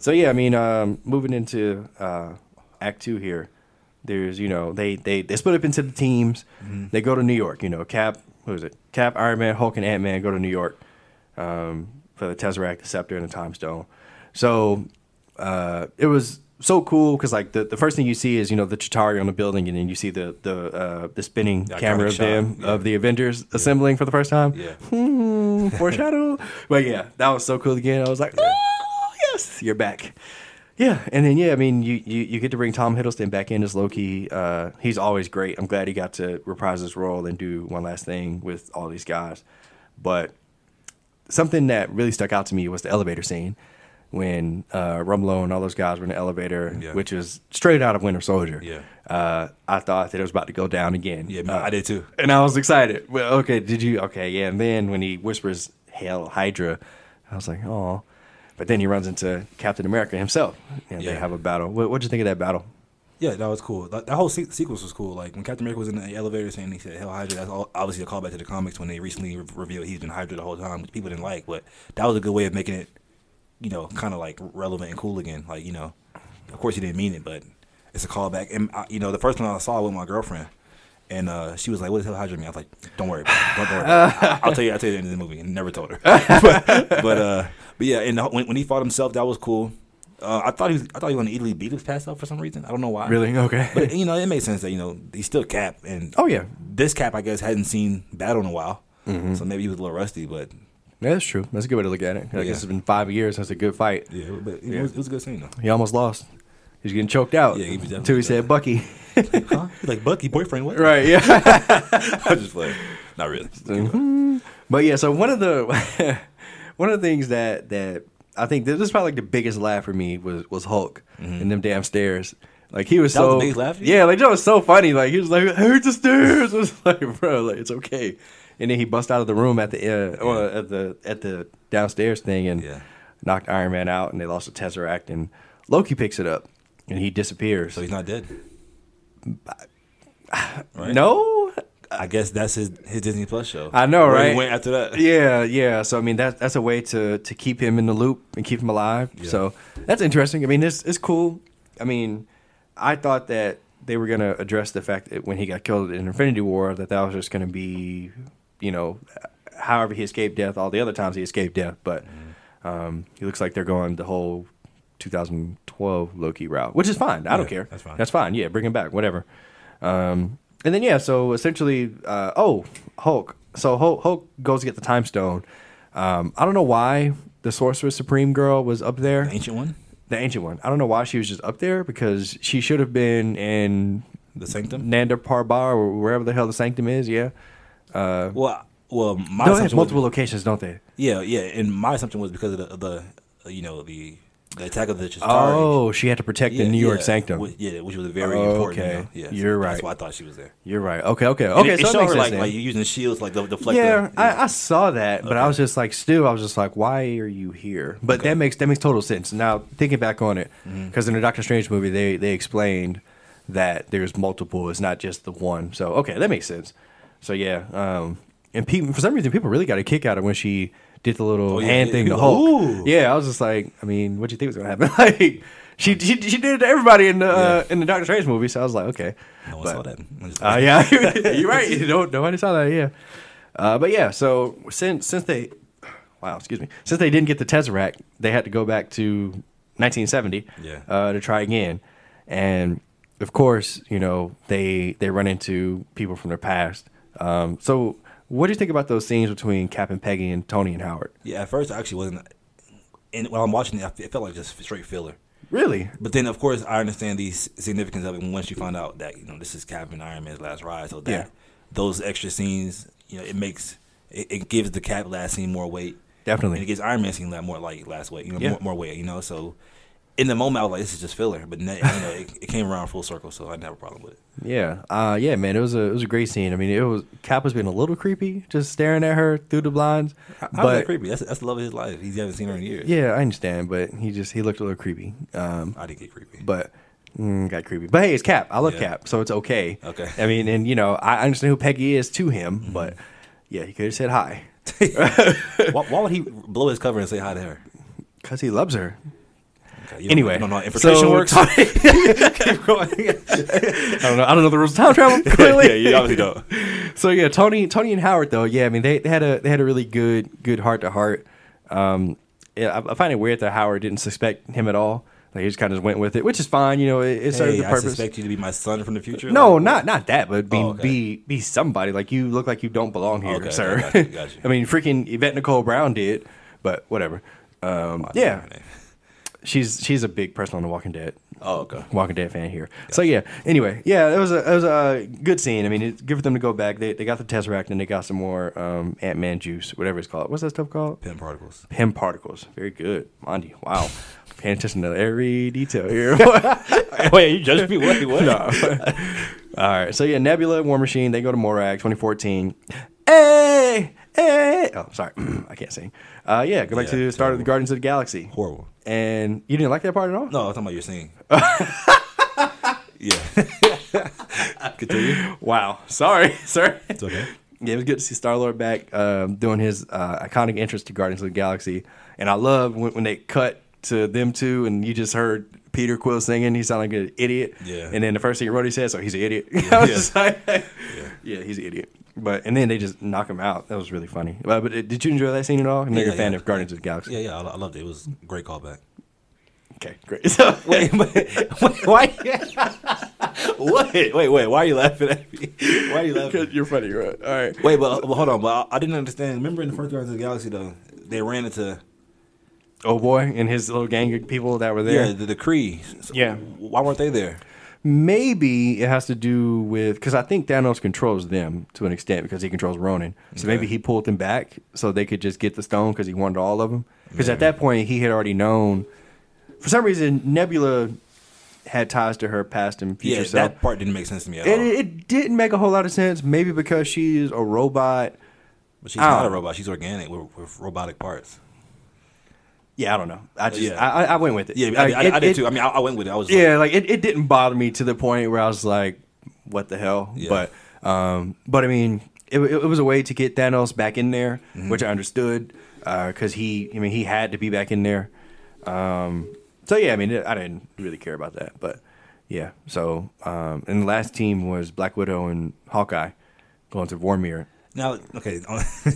[SPEAKER 1] So yeah, I mean, um, moving into uh, Act Two here, there's you know they they they split up into the teams. They go to New York. You know, Cap, who is it? Cap, Iron Man, Hulk, and Ant Man go to New York um, for the Tesseract, the Scepter, and the Time Stone. So uh, it was so cool because like the, the first thing you see is you know the Chitari on the building, and then you see the the uh, the spinning
[SPEAKER 2] The iconic
[SPEAKER 1] camera of
[SPEAKER 2] shot,
[SPEAKER 1] them
[SPEAKER 2] yeah.
[SPEAKER 1] of the Avengers assembling for the first time.
[SPEAKER 2] <laughs> Yeah.
[SPEAKER 1] Hmm, <laughs> foreshadow. but yeah, that was so cool again. I was like, oh, yes, you're back. Yeah, and then yeah, I mean, you, you you get to bring Tom Hiddleston back in as Loki. Uh, he's always great. I'm glad he got to reprise his role and do one last thing with all these guys. But something that really stuck out to me was the elevator scene when uh, Rumlow and all those guys were in the elevator,
[SPEAKER 2] Yeah.
[SPEAKER 1] which is straight out of Winter Soldier.
[SPEAKER 2] Yeah.
[SPEAKER 1] Uh, I thought that it was about to go down again.
[SPEAKER 2] Yeah,
[SPEAKER 1] Uh,
[SPEAKER 2] I did too.
[SPEAKER 1] and I was excited. Well, okay, did you? Okay, yeah. And then when he whispers "Hail Hydra," I was like, "Oh!" But then he runs into Captain America himself, and they
[SPEAKER 2] Yeah.
[SPEAKER 1] have a battle. What would you think of that battle?
[SPEAKER 2] Yeah, that was cool. That, that whole se- sequence was cool. Like when Captain America was in the elevator saying he said "Hell Hydra," that's all, obviously a callback to the comics when they recently re- revealed he's been Hydra the whole time, which people didn't like. But that was a good way of making it, you know, kind of like relevant and cool again. Like you know, of course he didn't mean it, but it's a callback. And I, you know, the first one I saw with my girlfriend, and uh, she was like, "What does Hell Hydra mean?" I was like, "Don't worry, about it. don't, don't worry." About it. I'll tell you. I'll tell you in the movie. And never told her. <laughs> but, but uh, but yeah, and the, when, when he fought himself, that was cool. Uh, I thought he was. I thought he was going to easily beat his past up for some reason. I don't know why.
[SPEAKER 1] Okay.
[SPEAKER 2] But you know, it makes sense that you know he's still Cap, and
[SPEAKER 1] oh yeah, Mm-hmm.
[SPEAKER 2] this Cap, I guess, hadn't seen battle in a while, so maybe he was a little rusty. But
[SPEAKER 1] yeah, that's true. That's a good way to look at it. I
[SPEAKER 2] Yeah.
[SPEAKER 1] guess it's been five years since a good fight.
[SPEAKER 2] yeah, but you know, it, was, it was a good scene though.
[SPEAKER 1] He almost lost. He's getting choked out.
[SPEAKER 2] Yeah, he was
[SPEAKER 1] until he
[SPEAKER 2] definitely
[SPEAKER 1] said Bucky.
[SPEAKER 2] huh? He's like Bucky boyfriend, what?
[SPEAKER 1] right. Yeah. <laughs>
[SPEAKER 2] I was just like, not <laughs> really. Mm-hmm.
[SPEAKER 1] But yeah, so one of the <laughs> one of the things that that I think this is probably like the biggest laugh for me was was Hulk and them damn stairs. Like he was
[SPEAKER 2] Mm-hmm. That was
[SPEAKER 1] so
[SPEAKER 2] the biggest laugh for you?
[SPEAKER 1] yeah, like that was so funny. Like he was like, I heard the stairs. <laughs> I was like, bro, like it's okay. And then he bust out of the room at the uh, or at the at the downstairs thing and
[SPEAKER 2] Yeah.
[SPEAKER 1] knocked Iron Man out, and they lost the Tesseract, and Loki picks it up and he disappears.
[SPEAKER 2] So he's not dead. Right?
[SPEAKER 1] No,
[SPEAKER 2] I guess that's his his Disney Plus show.
[SPEAKER 1] I know,
[SPEAKER 2] Where he
[SPEAKER 1] right?
[SPEAKER 2] went after
[SPEAKER 1] <laughs>
[SPEAKER 2] that.
[SPEAKER 1] Yeah, yeah. So I mean, that that's a way to to keep him in the loop and keep him alive. So that's interesting. I mean, this is cool. I mean, I thought that they were gonna address the fact that when he got killed in Infinity War, that that was just gonna be, you know, however he escaped death, all the other times he escaped death. But
[SPEAKER 2] Mm-hmm.
[SPEAKER 1] um, it looks like they're going the whole 2012 Loki route, which is fine. I don't
[SPEAKER 2] Yeah,
[SPEAKER 1] care.
[SPEAKER 2] that's fine.
[SPEAKER 1] That's fine. Yeah, bring him back. Whatever. Um, and then yeah, so essentially, uh, oh Hulk. So Hulk, Hulk goes to get the time stone. Um, I don't know why the Sorcerer Supreme girl was up there,
[SPEAKER 2] The ancient one,
[SPEAKER 1] the ancient one. I don't know why she was just up there because she should have been in
[SPEAKER 2] the Sanctum.
[SPEAKER 1] Nanda Parbar or wherever the hell the sanctum is. Yeah.
[SPEAKER 2] Well, I-
[SPEAKER 1] No, they
[SPEAKER 2] well, my
[SPEAKER 1] have
[SPEAKER 2] assumption was-
[SPEAKER 1] multiple locations, don't they?
[SPEAKER 2] yeah, yeah, and my assumption was because of the, the uh, you know, the, the attack of the Chistari.
[SPEAKER 1] Oh, she had to protect
[SPEAKER 2] Yeah,
[SPEAKER 1] the New York
[SPEAKER 2] yeah,
[SPEAKER 1] Sanctum.
[SPEAKER 2] whi- yeah, which was very
[SPEAKER 1] Oh,
[SPEAKER 2] important. you
[SPEAKER 1] okay.
[SPEAKER 2] know, Yeah,
[SPEAKER 1] You're right.
[SPEAKER 2] That's why I thought she was there.
[SPEAKER 1] You're right. Okay, okay,
[SPEAKER 2] And
[SPEAKER 1] okay.
[SPEAKER 2] it, it
[SPEAKER 1] so
[SPEAKER 2] showed
[SPEAKER 1] that makes
[SPEAKER 2] her
[SPEAKER 1] sense.
[SPEAKER 2] like
[SPEAKER 1] then.
[SPEAKER 2] like using the shields like the deflect.
[SPEAKER 1] yeah,
[SPEAKER 2] the,
[SPEAKER 1] I, I saw that, but I was just like, still, I was just like, why are you here? But that makes that makes total sense. Now thinking back on it,
[SPEAKER 2] Mm-hmm.
[SPEAKER 1] because in the Doctor Strange movie, they they explained that there's multiple. It's not just the one. So okay, that makes sense. So yeah, um, and people for some reason people really got a kick out of when she did the little
[SPEAKER 2] Oh, yeah,
[SPEAKER 1] hand
[SPEAKER 2] yeah,
[SPEAKER 1] thing to
[SPEAKER 2] people-
[SPEAKER 1] Hulk.
[SPEAKER 2] ooh.
[SPEAKER 1] Yeah, I was just like, I mean, what do you think was gonna happen? <laughs> like. She, she, she did it to everybody in the uh, in the Doctor Strange movie, so I was like, okay.
[SPEAKER 2] no one
[SPEAKER 1] But-
[SPEAKER 2] saw that. I just-
[SPEAKER 1] uh, yeah, <laughs> you're right. You don't nobody saw that. Yeah, uh, but yeah. So since since they, wow, excuse me, since they didn't get the Tesseract, they had to go back to 1970.
[SPEAKER 2] Yeah.
[SPEAKER 1] Uh, to try again, and of course, you know they they run into people from their past. Um, so what do you think about those scenes between Cap and Peggy and Tony and Howard?
[SPEAKER 2] yeah, at first I actually wasn't. And when I'm watching it, I fe- it felt like just straight filler.
[SPEAKER 1] Really?
[SPEAKER 2] But then, of course, I understand the s- significance of it once you find out that you know this is Captain Iron Man's last ride. So that
[SPEAKER 1] Yeah.
[SPEAKER 2] those extra scenes, you know, it makes it, it gives the Cap last scene more weight.
[SPEAKER 1] Definitely.
[SPEAKER 2] and it gives Iron Man scene lot more like last weight. You know,
[SPEAKER 1] Yeah.
[SPEAKER 2] more, more weight. You know, so in the moment I was like, this is just filler. But ne- you know, it, it came around full circle, so I didn't have a problem with it.
[SPEAKER 1] Yeah, uh, yeah, man. It was a it was a great scene. I mean, it was Cap was being a little creepy, just staring at her through the blinds.
[SPEAKER 2] How's that creepy? That's that's the love of his life. He's haven't seen her in years.
[SPEAKER 1] Yeah, I understand, but he just he looked a little creepy. Um,
[SPEAKER 2] I did get creepy. <laughs>
[SPEAKER 1] but mm, got creepy. But hey, it's Cap. I love
[SPEAKER 2] Yeah.
[SPEAKER 1] Cap, so it's okay. Mm-hmm.
[SPEAKER 2] Okay.
[SPEAKER 1] I mean, and you know, I I understand who Peggy is to him, but yeah, he could have said hi
[SPEAKER 2] why, why would he blow his cover and say hi to her?
[SPEAKER 1] because he loves her.
[SPEAKER 2] Okay, you don't-
[SPEAKER 1] Anyway,
[SPEAKER 2] you don't know how infiltration
[SPEAKER 1] so-
[SPEAKER 2] works.
[SPEAKER 1] <laughs> Keep going. I don't know. I don't know the rules of time <laughs> travel. Clearly,
[SPEAKER 2] <laughs> yeah, <laughs> you obviously don't.
[SPEAKER 1] so yeah, Tony, Tony and Howard though, yeah, I mean they, they had a they had a really good good heart to heart. Um, yeah, I, I find it weird that Howard didn't suspect him at all. Like he just kind of went with it, which is fine. You know, it, it served
[SPEAKER 2] Hey,
[SPEAKER 1] the
[SPEAKER 2] I
[SPEAKER 1] purpose.
[SPEAKER 2] suspect you to be my son from the future.
[SPEAKER 1] No,
[SPEAKER 2] Like,
[SPEAKER 1] not not that, but be
[SPEAKER 2] Oh, okay.
[SPEAKER 1] be be somebody. Like you look like you don't belong here,
[SPEAKER 2] Okay,
[SPEAKER 1] sir.
[SPEAKER 2] okay, got you, got you.
[SPEAKER 1] I mean, freaking Yvette Nicole Brown did, but whatever. Um,
[SPEAKER 2] I don't know
[SPEAKER 1] yeah,
[SPEAKER 2] her name.
[SPEAKER 1] she's she's a big person on The Walking Dead.
[SPEAKER 2] Oh, okay.
[SPEAKER 1] Walking Dead fan here. So yeah. Anyway, yeah, it was a it was a good scene. I mean, it's good for them to go back. They, they got the tesseract and they got some more um, Ant Man juice, whatever it's called. What's that stuff called?
[SPEAKER 2] Pin particles.
[SPEAKER 1] Pim particles. Very good, Mondi. Wow, paying attention to every detail here.
[SPEAKER 2] <laughs> Wait, you judged me? What?
[SPEAKER 1] <laughs>
[SPEAKER 2] what?
[SPEAKER 1] No. All right. So yeah, Nebula, War Machine, they go to Morag, 2014. Hey, hey. Oh, sorry, <clears throat> I can't sing. Uh, yeah, go back
[SPEAKER 2] Yeah,
[SPEAKER 1] to the start of the
[SPEAKER 2] terrible.
[SPEAKER 1] Guardians of the Galaxy.
[SPEAKER 2] Horrible.
[SPEAKER 1] And you didn't like that part at all?
[SPEAKER 2] No, I was talking about your <laughs> scene. yeah. <laughs> Continue.
[SPEAKER 1] Wow. Sorry, <laughs> sorry.
[SPEAKER 2] It's okay.
[SPEAKER 1] Yeah, it was good to see Star Lord back um, doing his uh, iconic entrance to Guardians of the Galaxy, and I love when, when they cut to them two, and you just heard Peter Quill singing. He sounded like an idiot.
[SPEAKER 2] Yeah.
[SPEAKER 1] And then the first thing Roddy says, "So he's an idiot." <laughs> I was
[SPEAKER 2] Yeah.
[SPEAKER 1] just like, <laughs> yeah. he's an idiot. But and then they just knock him out. That was really funny. But, but uh, did you enjoy that scene at all? I'm not a
[SPEAKER 2] Yeah,
[SPEAKER 1] fan
[SPEAKER 2] yeah.
[SPEAKER 1] of Guardians of the Galaxy.
[SPEAKER 2] Yeah, yeah, I, I loved it. It was a great callback.
[SPEAKER 1] Okay, great. <laughs> So, wait,
[SPEAKER 2] <laughs>
[SPEAKER 1] wait, why? <laughs>
[SPEAKER 2] What? Wait, wait. Why are you laughing at me? Why are you laughing?
[SPEAKER 1] You're funny, right? All right.
[SPEAKER 2] Wait, but, but hold on. But I, I didn't understand. Remember in the first Guardians of the Galaxy, though, they ran into
[SPEAKER 1] Oh boy, and his little gang of people that were there.
[SPEAKER 2] yeah the, the Kree. So
[SPEAKER 1] Yeah.
[SPEAKER 2] Why weren't they there?
[SPEAKER 1] Maybe it has to do with because I think Thanos controls them to an extent because he controls Ronan. So maybe
[SPEAKER 2] Okay.
[SPEAKER 1] he pulled them back so they could just get the stone because he wanted all of them. Because at that point he had already known. For some reason, Nebula had ties to her past and future
[SPEAKER 2] Yeah,
[SPEAKER 1] self.
[SPEAKER 2] that part didn't make sense to me at all.
[SPEAKER 1] and it, it didn't make a whole lot of sense. Maybe because she's a robot.
[SPEAKER 2] but she's
[SPEAKER 1] I don't
[SPEAKER 2] not a
[SPEAKER 1] know.
[SPEAKER 2] robot. She's organic with, with robotic parts.
[SPEAKER 1] Yeah, I don't know. I just
[SPEAKER 2] Uh, Yeah.
[SPEAKER 1] I, I I went with it.
[SPEAKER 2] Yeah, I,
[SPEAKER 1] Like,
[SPEAKER 2] I,
[SPEAKER 1] it-
[SPEAKER 2] I did
[SPEAKER 1] it-
[SPEAKER 2] too. I mean, I, I went with it. I was like,
[SPEAKER 1] Yeah, like it, it didn't bother me to the point where I was like, what the hell?
[SPEAKER 2] Yeah.
[SPEAKER 1] But um but I mean it, it it was a way to get Thanos back in there,
[SPEAKER 2] Mm-hmm.
[SPEAKER 1] which I understood because he I mean he had to be back in there. Um so yeah, I mean I didn't really care about that, but yeah. So um and the last team was Black Widow and Hawkeye going to Vormir.
[SPEAKER 2] Now, okay, <laughs>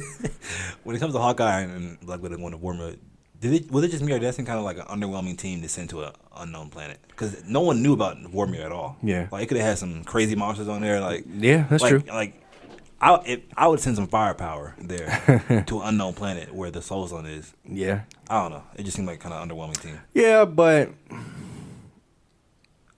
[SPEAKER 2] when it comes to Hawkeye and Black Widow going to Warmer, did it was it just me or Destin kind of like an underwhelming team to send to an unknown planet? Because no one knew about Warmer at all.
[SPEAKER 1] Yeah.
[SPEAKER 2] like it could have had some crazy monsters on there. Like
[SPEAKER 1] Yeah, that's
[SPEAKER 2] like,
[SPEAKER 1] true.
[SPEAKER 2] Like I if, I would send some firepower
[SPEAKER 1] <laughs>
[SPEAKER 2] there to an unknown planet where the soul zone is.
[SPEAKER 1] Yeah.
[SPEAKER 2] I don't know. It just seemed like kind of underwhelming team.
[SPEAKER 1] Yeah, but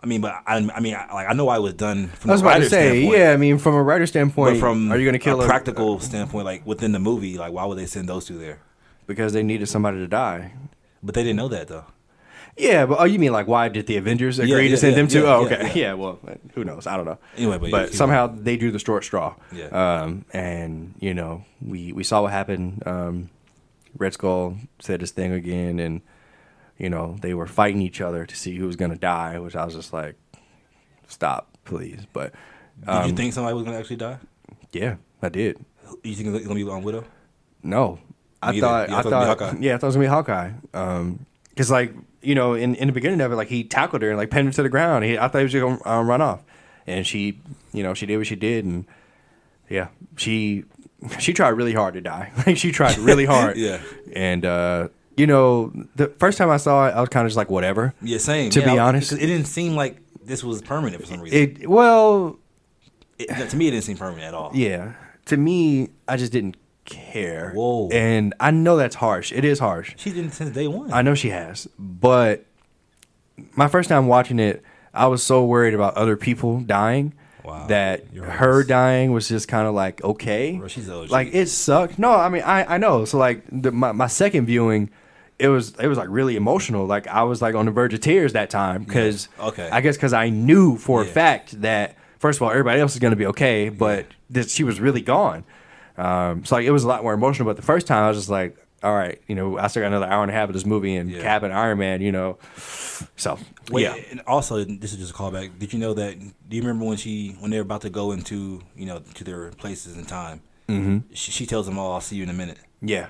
[SPEAKER 2] I mean, but I, I mean, I, like I know why it was done from
[SPEAKER 1] I was
[SPEAKER 2] the
[SPEAKER 1] about to
[SPEAKER 2] writer's
[SPEAKER 1] say,
[SPEAKER 2] standpoint,
[SPEAKER 1] yeah. I mean, from a writer standpoint,
[SPEAKER 2] But from
[SPEAKER 1] are you going to kill
[SPEAKER 2] a
[SPEAKER 1] a
[SPEAKER 2] practical standpoint, like within the movie, like why would they send those two there?
[SPEAKER 1] because they needed somebody to die?
[SPEAKER 2] But they didn't know that though.
[SPEAKER 1] Yeah, but oh, you mean like why did the Avengers agree
[SPEAKER 2] yeah,
[SPEAKER 1] to send
[SPEAKER 2] yeah,
[SPEAKER 1] them to?
[SPEAKER 2] yeah,
[SPEAKER 1] oh,
[SPEAKER 2] yeah,
[SPEAKER 1] okay, <laughs> yeah, Well, who knows? I don't know.
[SPEAKER 2] Anyway, but yeah, keep
[SPEAKER 1] somehow they drew the short straw.
[SPEAKER 2] Yeah.
[SPEAKER 1] Um, and you know, we we saw what happened. Um, Red Skull said his thing again, and you know they were fighting each other to see who was gonna die, which I was just like, stop, please. But
[SPEAKER 2] Did
[SPEAKER 1] Um,
[SPEAKER 2] you think somebody was gonna actually die?
[SPEAKER 1] yeah, I did.
[SPEAKER 2] You think it's gonna be on Widow?
[SPEAKER 1] No, I
[SPEAKER 2] Me
[SPEAKER 1] thought
[SPEAKER 2] either. Yeah,
[SPEAKER 1] I
[SPEAKER 2] I thought it'd be
[SPEAKER 1] thought
[SPEAKER 2] Hawkeye.
[SPEAKER 1] yeah, I thought it was gonna be Hawkeye. Um, because like you know, in, in the beginning of it, like he tackled her and like pinned her to the ground. He, I thought he was just gonna um, run off, and she, you know, she did what she did, and yeah, she she tried really hard to die. <laughs> Like she tried really hard.
[SPEAKER 2] <laughs> Yeah.
[SPEAKER 1] and uh, you know, the first time I saw it, I was kind of just like whatever.
[SPEAKER 2] Yeah, same.
[SPEAKER 1] To
[SPEAKER 2] Yeah,
[SPEAKER 1] be
[SPEAKER 2] I-
[SPEAKER 1] honest.
[SPEAKER 2] 'cause it didn't seem like this was permanent for some reason.
[SPEAKER 1] It well,
[SPEAKER 2] It- to me, it didn't seem permanent at all.
[SPEAKER 1] Yeah. To me, I just didn't care.
[SPEAKER 2] Whoa.
[SPEAKER 1] And I know that's harsh. It is harsh.
[SPEAKER 2] She didn't since day one.
[SPEAKER 1] I know she has, but my first time watching it, I was so worried about other people dying
[SPEAKER 2] Wow.
[SPEAKER 1] that
[SPEAKER 2] You're
[SPEAKER 1] her
[SPEAKER 2] honest.
[SPEAKER 1] dying was just kind of like okay,
[SPEAKER 2] Bro, she's OG.
[SPEAKER 1] like it sucked. No, I mean I I know. So like the, my my second viewing. It was it was like really emotional. Like I was like on the verge of tears that time because
[SPEAKER 2] Yeah. Okay.
[SPEAKER 1] I guess because I knew for a
[SPEAKER 2] Yeah.
[SPEAKER 1] fact that first of all everybody else is gonna be okay, but that she was really gone. Um, so like it was a lot more emotional. But the first time I was just like, all right, you know, I still got another hour and a half of this movie and
[SPEAKER 2] Yeah.
[SPEAKER 1] Cap and Iron Man, you know. So
[SPEAKER 2] Wait,
[SPEAKER 1] yeah,
[SPEAKER 2] And also, this is just a callback. Did you know that? Do you remember when she, when they're about to go into, you know, to their places in time? Mm-hmm. She, she tells them all, "I'll see you in a minute."
[SPEAKER 1] yeah.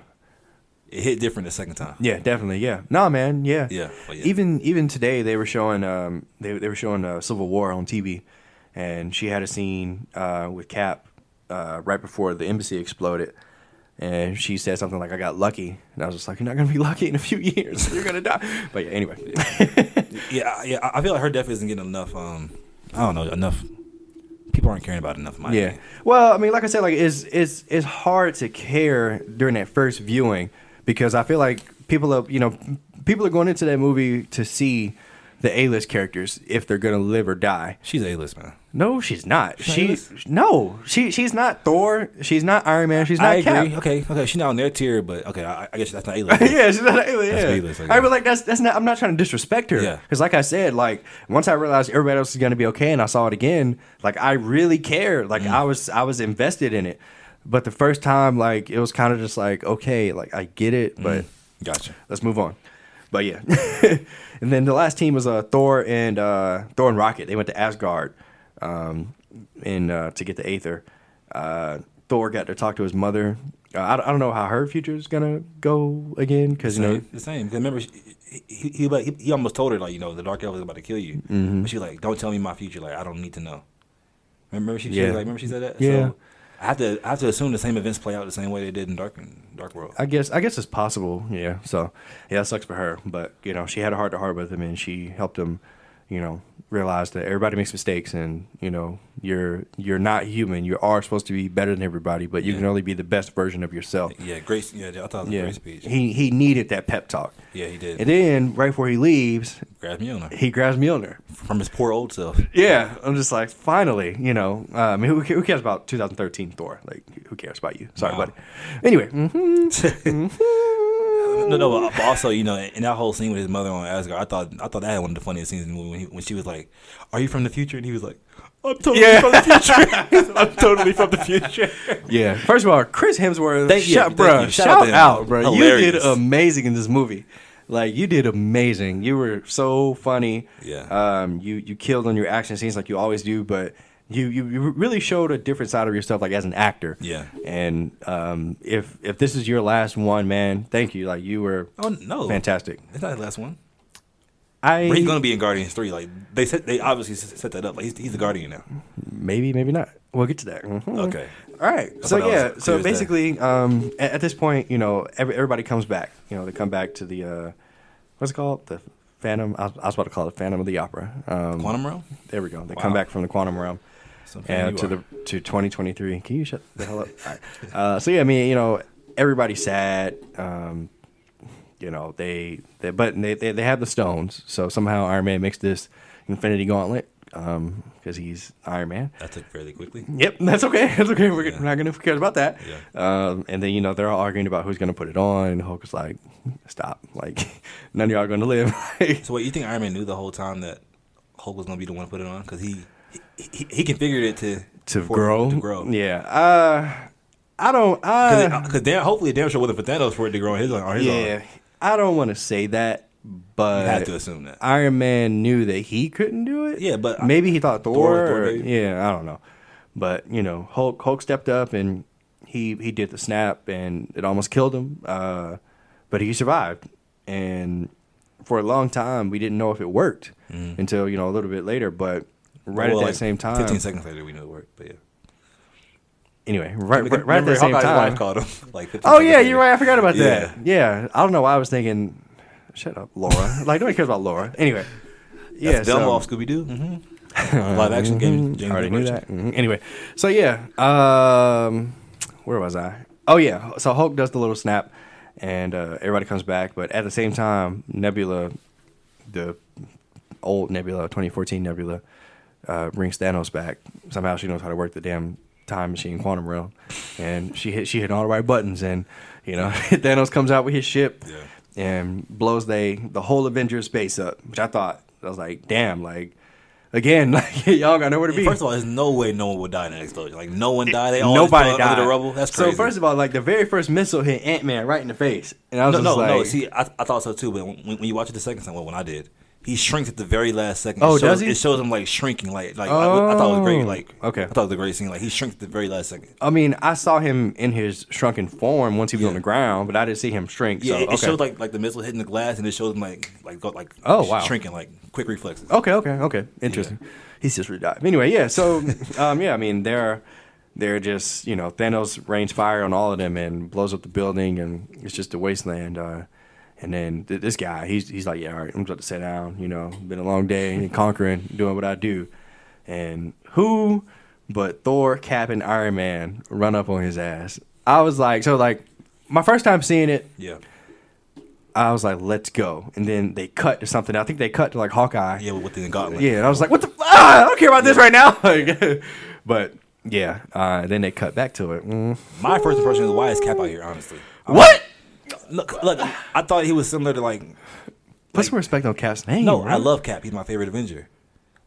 [SPEAKER 2] It hit different the second time.
[SPEAKER 1] Yeah, definitely. Yeah. Nah, man. Yeah.
[SPEAKER 2] Yeah, well, yeah.
[SPEAKER 1] Even even today they were showing um they they were showing uh, Civil War on TV, and she had a scene uh with Cap uh right before the embassy exploded, and she said something like I got lucky, and I was just like you're not gonna be lucky in a few <laughs> years, you're gonna die. But yeah, anyway.
[SPEAKER 2] Yeah, I- yeah. I- I feel like her death isn't getting enough. Um, I don't know enough. People aren't caring about it enough. In my
[SPEAKER 1] Yeah.
[SPEAKER 2] opinion.
[SPEAKER 1] Well, I mean, like I said, like it's it's it's hard to care during that first viewing because I feel like people are you know people are going into that movie to see the A list characters if they're gonna live or die.
[SPEAKER 2] she's a list man.
[SPEAKER 1] No, she's not.
[SPEAKER 2] not
[SPEAKER 1] She
[SPEAKER 2] A-list?
[SPEAKER 1] no, she she's not Thor. She's not Iron Man. She's not
[SPEAKER 2] I agree.
[SPEAKER 1] Cap.
[SPEAKER 2] Okay, okay. She's not on their tier, but okay. I, I guess that's
[SPEAKER 1] <laughs>
[SPEAKER 2] not a list.
[SPEAKER 1] yeah, she's not A-list.
[SPEAKER 2] That's
[SPEAKER 1] yeah.
[SPEAKER 2] B-list, I
[SPEAKER 1] I
[SPEAKER 2] guess.
[SPEAKER 1] but like that's that's not. I'm not trying to disrespect her.
[SPEAKER 2] Yeah.
[SPEAKER 1] Because like I said, like once I realized everybody else is gonna be okay, and I saw it again, like I really cared.
[SPEAKER 2] Mm.
[SPEAKER 1] Like I was I was invested in it. But the first time, like it was kind of just like okay, like I get it, but
[SPEAKER 2] Mm. Gotcha.
[SPEAKER 1] let's move on. But yeah, <laughs> and then the last team was uh, Thor and uh, Thor and Rocket. They went to Asgard, um, and uh, to get the Aether. Uh, Thor got to talk to his mother. Uh, I, don't- I don't know how her future is gonna go again because you know
[SPEAKER 2] Same, the same. 'Cause remember, she, he, he he he almost told her like, you know, the Dark Elf is about to kill you.
[SPEAKER 1] Mm-hmm.
[SPEAKER 2] But she like, don't tell me my future. Like, I don't need to know. Remember she, she
[SPEAKER 1] Yeah.
[SPEAKER 2] was like, remember she said that.
[SPEAKER 1] Yeah.
[SPEAKER 2] So I have to I have to assume the same events play out the same way they did in Dark Dark World.
[SPEAKER 1] I guess I guess it's possible. Yeah. So yeah, that sucks for her. But you know, she had a heart to heart with him, and she helped him. You know, realize that everybody makes mistakes, and you know, you're you're not human. You are supposed to be better than everybody, but you can only be the best version of yourself.
[SPEAKER 2] yeah, great. Yeah, I thought it was a
[SPEAKER 1] Yeah.
[SPEAKER 2] great speech.
[SPEAKER 1] He he needed that pep talk.
[SPEAKER 2] yeah, he did.
[SPEAKER 1] And then right before he leaves,
[SPEAKER 2] Grabbed me on her
[SPEAKER 1] he grabs Mjolnir.
[SPEAKER 2] from his poor old self.
[SPEAKER 1] Yeah, I'm just like, finally, you know. Uh, I mean, who, who cares about 2013 Thor? Like, who cares about you? Sorry,
[SPEAKER 2] Wow.
[SPEAKER 1] buddy. Anyway, mhm.
[SPEAKER 2] No, no, but- but also, you know, in that whole scene with his mother on Asgard, I thought I thought that had one of the funniest scenes in the movie when, he, when she was like, "Are you from the future?" and he was like, "I'm totally
[SPEAKER 1] Yeah.
[SPEAKER 2] from the <laughs> future. I'm totally from the future."
[SPEAKER 1] Yeah. First of all, Chris Hemsworth.
[SPEAKER 2] Thank you,
[SPEAKER 1] shout,
[SPEAKER 2] thank
[SPEAKER 1] bruh,
[SPEAKER 2] you.
[SPEAKER 1] Shout,
[SPEAKER 2] Shout out to him.
[SPEAKER 1] out, bro. You did
[SPEAKER 2] Hilarious.
[SPEAKER 1] amazing in this movie. Like you did amazing. You were so funny.
[SPEAKER 2] Yeah.
[SPEAKER 1] Um. You you killed on your action scenes like you always do, but you you, you really showed a different side of yourself, like as an actor.
[SPEAKER 2] Yeah.
[SPEAKER 1] And um, if if this is your last one, man, thank you. Like you were
[SPEAKER 2] <laughs> Oh no,
[SPEAKER 1] fantastic.
[SPEAKER 2] It's not his last one.
[SPEAKER 1] I
[SPEAKER 2] But he's gonna be in Guardians three. Like they said, they obviously s- set that up. Like he's, he's the Guardian now.
[SPEAKER 1] maybe maybe not. We'll get to that. Mhm.
[SPEAKER 2] Mm-hmm. Okay.
[SPEAKER 1] All right. So
[SPEAKER 2] thought that
[SPEAKER 1] yeah.
[SPEAKER 2] was
[SPEAKER 1] So
[SPEAKER 2] clear as day.
[SPEAKER 1] basically, um, at, at this point, you know, every, everybody comes back. You know, they come back to the uh, what's it called? The Phantom. I was, I was about to call it Phantom of the Opera. Um,
[SPEAKER 2] Quantum Realm.
[SPEAKER 1] There we go. They come
[SPEAKER 2] Wow.
[SPEAKER 1] back from the quantum realm.
[SPEAKER 2] Something
[SPEAKER 1] And
[SPEAKER 2] you
[SPEAKER 1] to
[SPEAKER 2] are.
[SPEAKER 1] the to 2023. Can you shut the hell up? All right. uh, so yeah, I mean, you know, everybody's sad. Um, you know, they, they but they, they they have the stones. So somehow Iron Man makes this, Infinity Gauntlet because he's Iron Man.
[SPEAKER 2] That took fairly quickly.
[SPEAKER 1] Yep, <laughs> that's okay. That's okay. We're, we're not gonna care about that.
[SPEAKER 2] Yeah.
[SPEAKER 1] Um, and then you know they're all arguing about who's gonna put it on, and Hulk is like, "Stop! Like <laughs> none of y'all are gonna live." <laughs>
[SPEAKER 2] So, what you think Iron Man knew the whole time that Hulk was gonna be the one to put it on? Because he, he he he configured it to
[SPEAKER 1] to
[SPEAKER 2] for-
[SPEAKER 1] grow,
[SPEAKER 2] to grow.
[SPEAKER 1] Yeah. Uh, I don't.
[SPEAKER 2] Because
[SPEAKER 1] Uh,
[SPEAKER 2] damn, hopefully, damn sure wasn't for Thanos for it to grow on his own. On his
[SPEAKER 1] yeah.
[SPEAKER 2] own.
[SPEAKER 1] I don't want to say that, but
[SPEAKER 2] I have to assume that.
[SPEAKER 1] Iron Man knew that he couldn't do it.
[SPEAKER 2] Yeah, but-
[SPEAKER 1] maybe he thought Thor.
[SPEAKER 2] Thor- Thor
[SPEAKER 1] or-
[SPEAKER 2] maybe.
[SPEAKER 1] yeah, I don't know. But you know, Hulk Hulk stepped up and he he did the snap and it almost killed him. Uh, but he survived. And for a long time, we didn't know if it worked until you know a little bit later. But right
[SPEAKER 2] Mm. Well,
[SPEAKER 1] at that
[SPEAKER 2] like,
[SPEAKER 1] same time,
[SPEAKER 2] Fifteen seconds later, we knew it worked. But yeah,
[SPEAKER 1] anyway, right right, right at
[SPEAKER 2] Remember
[SPEAKER 1] that same
[SPEAKER 2] Hawkeye's
[SPEAKER 1] time.
[SPEAKER 2] wife called him. <laughs> Like 15
[SPEAKER 1] Oh
[SPEAKER 2] seconds
[SPEAKER 1] yeah,
[SPEAKER 2] later.
[SPEAKER 1] you're right. I forgot about
[SPEAKER 2] Yeah.
[SPEAKER 1] that. Yeah, I don't know why I was thinking. Shut up, Laura. like nobody cares about Laura. Anyway, yeah,
[SPEAKER 2] That's dumb
[SPEAKER 1] so-
[SPEAKER 2] off Scooby Doo. Mm-hmm. Live action game. James
[SPEAKER 1] I already
[SPEAKER 2] Gunn
[SPEAKER 1] knew
[SPEAKER 2] version.
[SPEAKER 1] that. Mhm. Anyway, so yeah, um, where was I? Oh yeah, so Hulk does the little snap, and uh, everybody comes back. But at the same time, Nebula, the old Nebula, 2014 Nebula, uh, brings Thanos back. Somehow she knows how to work the damn time machine, quantum realm, and she hit she hit all the right buttons, and you know <laughs> Thanos comes out with his ship
[SPEAKER 2] Yeah.
[SPEAKER 1] and blows they the whole Avengers base up, which I thought I was like, damn, like. Again, <laughs> like y'all got nowhere to be.
[SPEAKER 2] First of all, there's no way no one would die in that explosion. Like no one died. They all
[SPEAKER 1] Nobody
[SPEAKER 2] exploded
[SPEAKER 1] died.
[SPEAKER 2] under the rubble. That's crazy.
[SPEAKER 1] So first of all, like the very first missile hit Ant Man right in the face, and I was
[SPEAKER 2] no, no,
[SPEAKER 1] just like,
[SPEAKER 2] no. See, I, I thought so too. But when, when you watch it the second time, well, when I did, he shrinks at the very last second.
[SPEAKER 1] Oh,
[SPEAKER 2] it shows,
[SPEAKER 1] does he?
[SPEAKER 2] It shows him like shrinking. Like, like I, I thought it was
[SPEAKER 1] Oh,
[SPEAKER 2] great. Like,
[SPEAKER 1] okay.
[SPEAKER 2] I thought it was a great scene. Like he shrinks at the very last second.
[SPEAKER 1] I mean, I saw him in his shrunken form once he was on the ground, but I didn't see him shrink.
[SPEAKER 2] Yeah,
[SPEAKER 1] so,
[SPEAKER 2] it, it
[SPEAKER 1] okay.
[SPEAKER 2] shows like like the missile hitting the glass, and it shows him like like go, like
[SPEAKER 1] Oh, wow.
[SPEAKER 2] shrinking like quick reflexes.
[SPEAKER 1] Okay, okay, okay. Interesting. He's just redive. Anyway, yeah. So, um, yeah. I mean, they're they're just you know Thanos rains fire on all of them and blows up the building and it's just a wasteland. Uh, and then th- this guy, he's he's like, yeah, all right, I'm about to sit down. You know, been a long day and conquering, doing what I do. And who but Thor, Cap, and Iron Man run up on his ass? I was like, so like my first time seeing it,
[SPEAKER 2] Yeah,
[SPEAKER 1] I was like, let's go. And then they cut to something. I think they cut to like Hawkeye.
[SPEAKER 2] yeah, with the gauntlet.
[SPEAKER 1] Yeah, and I was like, "What the? Ah, I don't care about this right now." <laughs> Like, but yeah, uh, then they cut back to it. Mm.
[SPEAKER 2] My first impression is why is Cap out here? Honestly, Uh,
[SPEAKER 1] What?
[SPEAKER 2] look, look, I thought he was similar to like
[SPEAKER 1] Put some respect on Cap's name.
[SPEAKER 2] no, I
[SPEAKER 1] right?
[SPEAKER 2] love Cap. He's my favorite Avenger.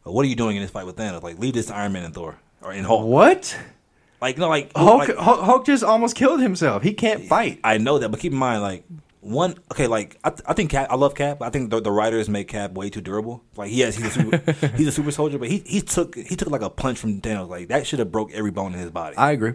[SPEAKER 2] But what are you doing in this fight with Thanos? Like, leave this to Iron Man and Thor or in Hulk.
[SPEAKER 1] what
[SPEAKER 2] Like, no, like
[SPEAKER 1] Hulk,
[SPEAKER 2] like-
[SPEAKER 1] Hulk. Hulk just almost killed himself. He can't fight.
[SPEAKER 2] I know that, but keep in mind, like one, okay, like I, th- I think Cap, I love Cap. but I think the, the writers make Cap way too durable. Like he has, he's
[SPEAKER 1] <laughs>
[SPEAKER 2] a super, he's a super soldier, but he he took he took like a punch from Thanos. Like that should have broke every bone in his body.
[SPEAKER 1] I agree.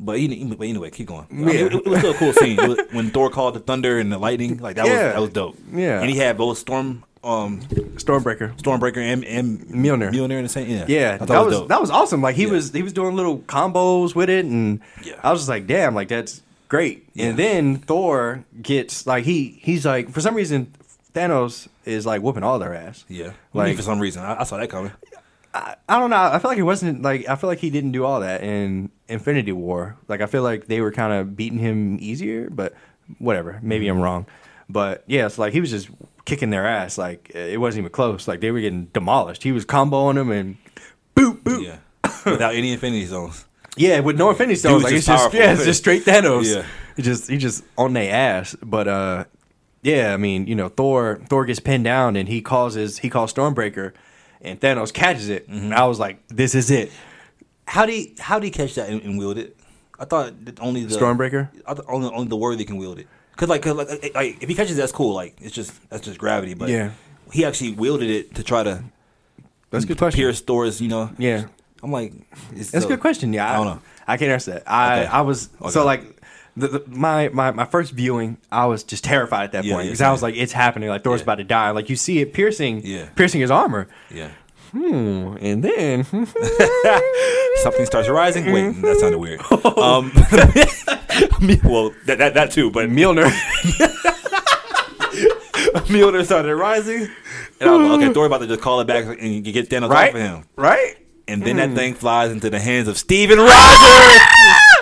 [SPEAKER 2] but, he, but anyway, keep going. I mean, it, it was still a cool
[SPEAKER 1] <laughs>
[SPEAKER 2] scene It was- when Thor called the thunder and the lightning. Like that
[SPEAKER 1] Yeah.
[SPEAKER 2] was that was dope.
[SPEAKER 1] Yeah.
[SPEAKER 2] and he had both storm um
[SPEAKER 1] Stormbreaker.
[SPEAKER 2] Stormbreaker and, and
[SPEAKER 1] Mjolnir.
[SPEAKER 2] Mjolnir in the same. Yeah,
[SPEAKER 1] Yeah,
[SPEAKER 2] I thought
[SPEAKER 1] that
[SPEAKER 2] it
[SPEAKER 1] was
[SPEAKER 2] dope.
[SPEAKER 1] that was awesome. Like he
[SPEAKER 2] Yeah.
[SPEAKER 1] was he was doing little combos with it, and
[SPEAKER 2] Yeah.
[SPEAKER 1] I was just like, damn, like that's great. And
[SPEAKER 2] Yeah.
[SPEAKER 1] then Thor gets like he he's like for some reason Thanos is like whooping all their ass.
[SPEAKER 2] yeah. Like
[SPEAKER 1] like
[SPEAKER 2] for some reason, I, I saw that coming.
[SPEAKER 1] I, I don't know. I feel like it wasn't like I feel like he didn't do all that in Infinity War. Like I feel like they were kind of beating him easier, but whatever. Maybe
[SPEAKER 2] Mm-hmm.
[SPEAKER 1] I'm wrong. But yeah, it's like he was just kicking their ass. Like it wasn't even close. Like they were getting demolished. He was comboing them and boop boop.
[SPEAKER 2] Yeah, without any Infinity Stones.
[SPEAKER 1] Yeah, with no Infinity Stones,
[SPEAKER 2] was
[SPEAKER 1] like
[SPEAKER 2] just
[SPEAKER 1] it's just
[SPEAKER 2] powerful.
[SPEAKER 1] yeah, it's just straight Thanos.
[SPEAKER 2] Yeah.
[SPEAKER 1] he just he just on their ass. But uh, yeah, I mean, you know, Thor Thor gets pinned down and he causes he calls Stormbreaker, and Thanos catches it.
[SPEAKER 2] Mm-hmm.
[SPEAKER 1] And I was like, this is it,
[SPEAKER 2] How do he, how do he catch that and, and wield it? I thought that only the
[SPEAKER 1] Stormbreaker?
[SPEAKER 2] I thought only, only the worthy can wield it. Cause like, 'cause like, like, like, if he catches, it, that's cool. Like it's just that's just gravity. But
[SPEAKER 1] Yeah.
[SPEAKER 2] he actually wielded it to try to
[SPEAKER 1] That's a good question.
[SPEAKER 2] pierce Thor's. You know.
[SPEAKER 1] Yeah.
[SPEAKER 2] I'm like, it's
[SPEAKER 1] That's
[SPEAKER 2] so-
[SPEAKER 1] a good question. Yeah, I,
[SPEAKER 2] I don't know.
[SPEAKER 1] I can't answer that. I
[SPEAKER 2] Okay.
[SPEAKER 1] I was
[SPEAKER 2] Okay.
[SPEAKER 1] so like. The, the, my, my my first viewing, I was just terrified at that
[SPEAKER 2] Yeah,
[SPEAKER 1] point
[SPEAKER 2] yeah,
[SPEAKER 1] because I was
[SPEAKER 2] yeah.
[SPEAKER 1] like, "It's happening! Like Thor's
[SPEAKER 2] Yeah.
[SPEAKER 1] about to die! Like you see it piercing,
[SPEAKER 2] Yeah.
[SPEAKER 1] piercing his armor,
[SPEAKER 2] Yeah.
[SPEAKER 1] Hmm, and then <laughs>
[SPEAKER 2] Something starts rising. Wait,
[SPEAKER 1] Mm-hmm.
[SPEAKER 2] that
[SPEAKER 1] <laughs>
[SPEAKER 2] sounded weird.
[SPEAKER 1] Oh.
[SPEAKER 2] Um, <laughs> well, that, that that too, but <laughs>
[SPEAKER 1] Milner."
[SPEAKER 2] Mjolnir started rising, and I was like, okay, Thor about to just call it back and get Thanos
[SPEAKER 1] right? Mm.
[SPEAKER 2] off of him.
[SPEAKER 1] Right?
[SPEAKER 2] And then that thing flies into the hands of Steven Rogers.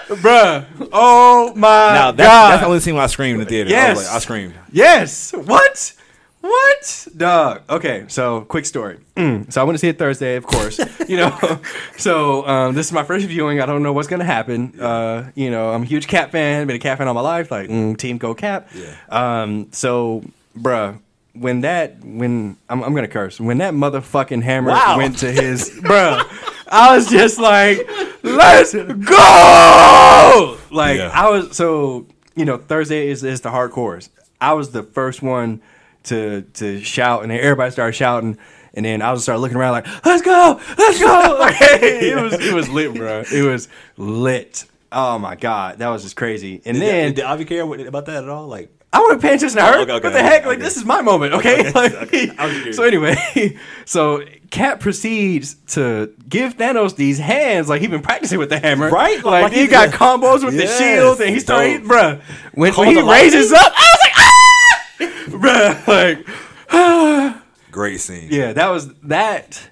[SPEAKER 1] Bruh. Oh my
[SPEAKER 2] now, that's,
[SPEAKER 1] God.
[SPEAKER 2] that's the only scene when I screamed in the theater. I,
[SPEAKER 1] yes.
[SPEAKER 2] was like, I screamed.
[SPEAKER 1] Yes. What? What? Dog. Okay, so quick story. Mm, So I went to see it Thursday, of course. you know, <laughs> so um, this is my first viewing. I don't know what's gonna happen. Uh, you know, I'm a huge Cap fan. Been a Cap fan all my life. Like mm, Team Go Cap.
[SPEAKER 2] Yeah.
[SPEAKER 1] Um, so, bruh, when that when I'm, I'm gonna curse when that motherfucking hammer
[SPEAKER 2] Wow.
[SPEAKER 1] went to
[SPEAKER 2] <laughs>
[SPEAKER 1] his bruh, I was just like, let's go. Like
[SPEAKER 2] Yeah.
[SPEAKER 1] I was so you know Thursday is is the hardcores. I was the first one to to shout, and then everybody started shouting. And then I was started looking around like, "Let's go, let's go!" <laughs> Like,
[SPEAKER 2] <laughs>
[SPEAKER 1] it was it was lit, bro. It was lit. Oh my god, that was just crazy. And
[SPEAKER 2] Did,
[SPEAKER 1] then
[SPEAKER 2] did Avi care what- about that at all? Like,
[SPEAKER 1] I would have paying attention to her.
[SPEAKER 2] okay,
[SPEAKER 1] what the
[SPEAKER 2] okay,
[SPEAKER 1] heck? Like
[SPEAKER 2] okay.
[SPEAKER 1] this is my moment, <laughs> okay? Like,
[SPEAKER 2] I was curious.
[SPEAKER 1] so anyway, <laughs> so Cat proceeds to give Thanos these hands like he been practicing with the hammer,
[SPEAKER 2] Right?
[SPEAKER 1] Like,
[SPEAKER 2] Like
[SPEAKER 1] he
[SPEAKER 2] he's
[SPEAKER 1] got
[SPEAKER 2] a-
[SPEAKER 1] combos with
[SPEAKER 2] Yes,
[SPEAKER 1] the shield, and he started,
[SPEAKER 2] dope.
[SPEAKER 1] bruh. When,
[SPEAKER 2] Call
[SPEAKER 1] when he
[SPEAKER 2] the lightning?
[SPEAKER 1] raises up, I was like, ah, <laughs> bruh, like
[SPEAKER 2] great scene.
[SPEAKER 1] yeah, that was that.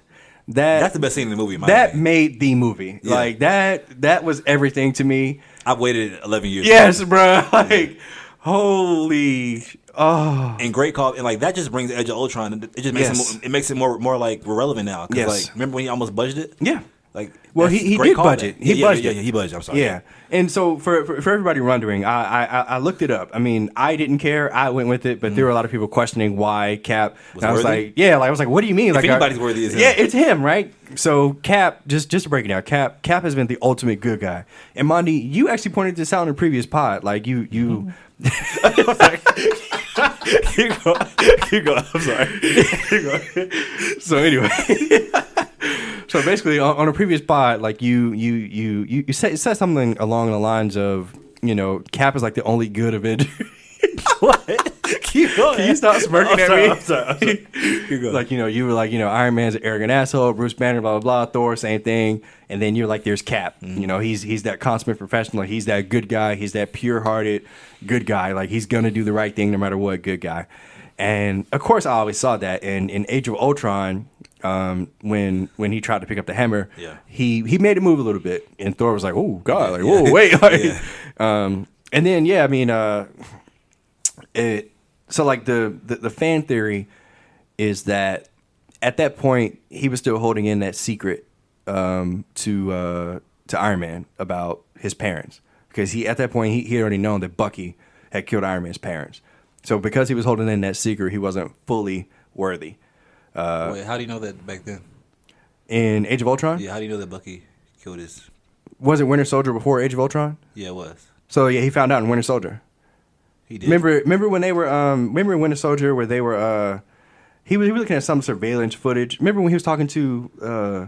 [SPEAKER 1] That
[SPEAKER 2] That's the best scene in the movie. In my
[SPEAKER 1] that
[SPEAKER 2] opinion.
[SPEAKER 1] made the movie.
[SPEAKER 2] Yeah.
[SPEAKER 1] Like that. That was everything to me.
[SPEAKER 2] I've waited 11 years.
[SPEAKER 1] Yes, bruh. <laughs> Like holy. Oh.
[SPEAKER 2] and great call and like that just brings Edge of Ultron. It just makes
[SPEAKER 1] Yes.
[SPEAKER 2] it, more, it makes it more more like relevant now. 'Cause,
[SPEAKER 1] Yes.
[SPEAKER 2] like remember when he almost budgeted?
[SPEAKER 1] Yeah.
[SPEAKER 2] Like
[SPEAKER 1] Well,
[SPEAKER 2] that's
[SPEAKER 1] he- he
[SPEAKER 2] great
[SPEAKER 1] did
[SPEAKER 2] callback.
[SPEAKER 1] budget. He
[SPEAKER 2] yeah, yeah,
[SPEAKER 1] budgeted.
[SPEAKER 2] Yeah, Oh, yeah, he budgeted. I'm sorry. <laughs>
[SPEAKER 1] Yeah, and so for for, for everybody wondering, I, I I- I looked it up. I mean, I didn't care. I went with it, but there were a lot of people questioning why Cap.
[SPEAKER 2] Was
[SPEAKER 1] and I was
[SPEAKER 2] worthy?
[SPEAKER 1] like, yeah, like I was like, what do you mean? If like I-
[SPEAKER 2] anybody's worthy, it's him.
[SPEAKER 1] yeah, it's him, right? So Cap, just just to break it down, Cap Cap has been the ultimate good guy. And Mondi, you actually pointed this out in a previous pod, like you you.
[SPEAKER 2] <laughs> keep going. Keep going.
[SPEAKER 1] <laughs>
[SPEAKER 2] I'm sorry. Mm-hmm.
[SPEAKER 1] so anyway <laughs> so basically on, on a previous pod like you you you you, you said, said something along the lines of you know cap is like the only good avenger
[SPEAKER 2] what? Keep going.
[SPEAKER 1] Can you <laughs> stop smirking
[SPEAKER 2] I'm
[SPEAKER 1] at
[SPEAKER 2] sorry,
[SPEAKER 1] me?
[SPEAKER 2] I'm sorry. I'm sorry. <laughs> Keep going.
[SPEAKER 1] like you know you were like you know iron man's an arrogant asshole bruce banner blah blah blah thor same thing and then you're like there's cap you know he's he's that consummate professional he's that good guy he's that pure-hearted good guy like he's gonna do the right thing no matter what good guy and of course i always saw that and in age of ultron um, when when he tried to pick up the hammer
[SPEAKER 2] Yeah.
[SPEAKER 1] he he made it move a little bit and thor was like oh god like whoa
[SPEAKER 2] <laughs>
[SPEAKER 1] wait like,
[SPEAKER 2] Yeah.
[SPEAKER 1] um, and then yeah i mean uh it so like the, the the fan theory is that at that point he was still holding in that secret um, to uh, to Iron Man about his parents because he at that point he, he had already known that Bucky had killed Iron Man's parents. So because he was holding in that secret, he wasn't fully worthy.
[SPEAKER 2] Wait, Uh, how do you know that back then?
[SPEAKER 1] In Age of Ultron,
[SPEAKER 2] Yeah, how do you know that Bucky killed his?
[SPEAKER 1] was it Winter Soldier before Age of Ultron?
[SPEAKER 2] Yeah, it was.
[SPEAKER 1] So yeah, he found out in Winter Soldier.
[SPEAKER 2] He did.
[SPEAKER 1] Remember, remember when they were, um, remember in Winter Soldier where they were, uh, he was, he was looking at some surveillance footage. Remember when he was talking to uh,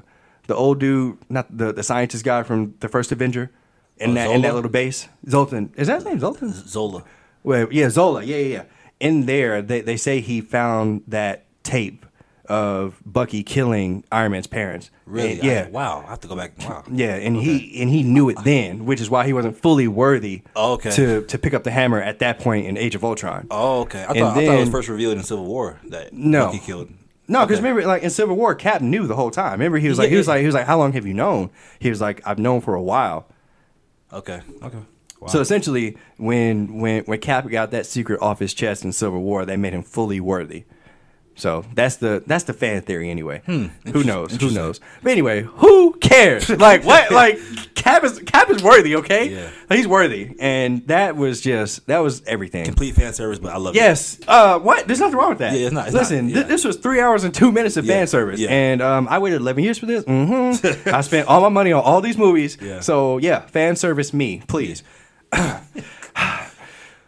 [SPEAKER 1] the old dude, not the, the scientist guy from the first Avenger, in
[SPEAKER 2] Oh,
[SPEAKER 1] that in that
[SPEAKER 2] Zola?
[SPEAKER 1] little base, Zoltan. Is that his name, Zoltan?
[SPEAKER 2] Zola.
[SPEAKER 1] Well, yeah, Zola. Yeah, yeah, yeah. In there, they, they say he found that tape of Bucky killing Iron Man's parents.
[SPEAKER 2] Really?
[SPEAKER 1] And- yeah.
[SPEAKER 2] I- wow. I have to go back.
[SPEAKER 1] <laughs>
[SPEAKER 2] Wow.
[SPEAKER 1] Yeah, and he and he knew it then, which is why he wasn't fully worthy
[SPEAKER 2] Oh, okay.
[SPEAKER 1] to to pick up the hammer at that point in Age of Ultron.
[SPEAKER 2] Oh, okay. I thought,
[SPEAKER 1] And
[SPEAKER 2] I thought it was
[SPEAKER 1] then-
[SPEAKER 2] first revealed in Civil War that
[SPEAKER 1] No.
[SPEAKER 2] Bucky killed.
[SPEAKER 1] No, because
[SPEAKER 2] Okay.
[SPEAKER 1] remember, like in Civil War, Cap knew the whole time. Remember, he was like,
[SPEAKER 2] Yeah,
[SPEAKER 1] he was
[SPEAKER 2] yeah.
[SPEAKER 1] like, he was like, how long have you known? He was like, I've known for a while.
[SPEAKER 2] Okay. Okay. Wow.
[SPEAKER 1] So essentially, when when when Cap got that secret off his chest in Civil War, they made him fully worthy. So that's the that's the fan theory anyway. Who knows? Who knows? But anyway, who cares? Like what? like Cap is Cap is worthy. Okay,
[SPEAKER 2] Yeah.
[SPEAKER 1] he's worthy, and that was just that was everything.
[SPEAKER 2] complete fan service, but I love it.
[SPEAKER 1] Yes. Uh, what? There's nothing wrong with that.
[SPEAKER 2] Yeah, it's not- it's
[SPEAKER 1] Listen,
[SPEAKER 2] not-
[SPEAKER 1] thi-
[SPEAKER 2] yeah.
[SPEAKER 1] this was three hours and two minutes of
[SPEAKER 2] Yeah,
[SPEAKER 1] fan service,
[SPEAKER 2] yeah.
[SPEAKER 1] and um, I waited 11 years for this. <laughs> hmm I spent all my money on all these movies.
[SPEAKER 2] Yeah.
[SPEAKER 1] So yeah, fan service me, please. <sighs> okay,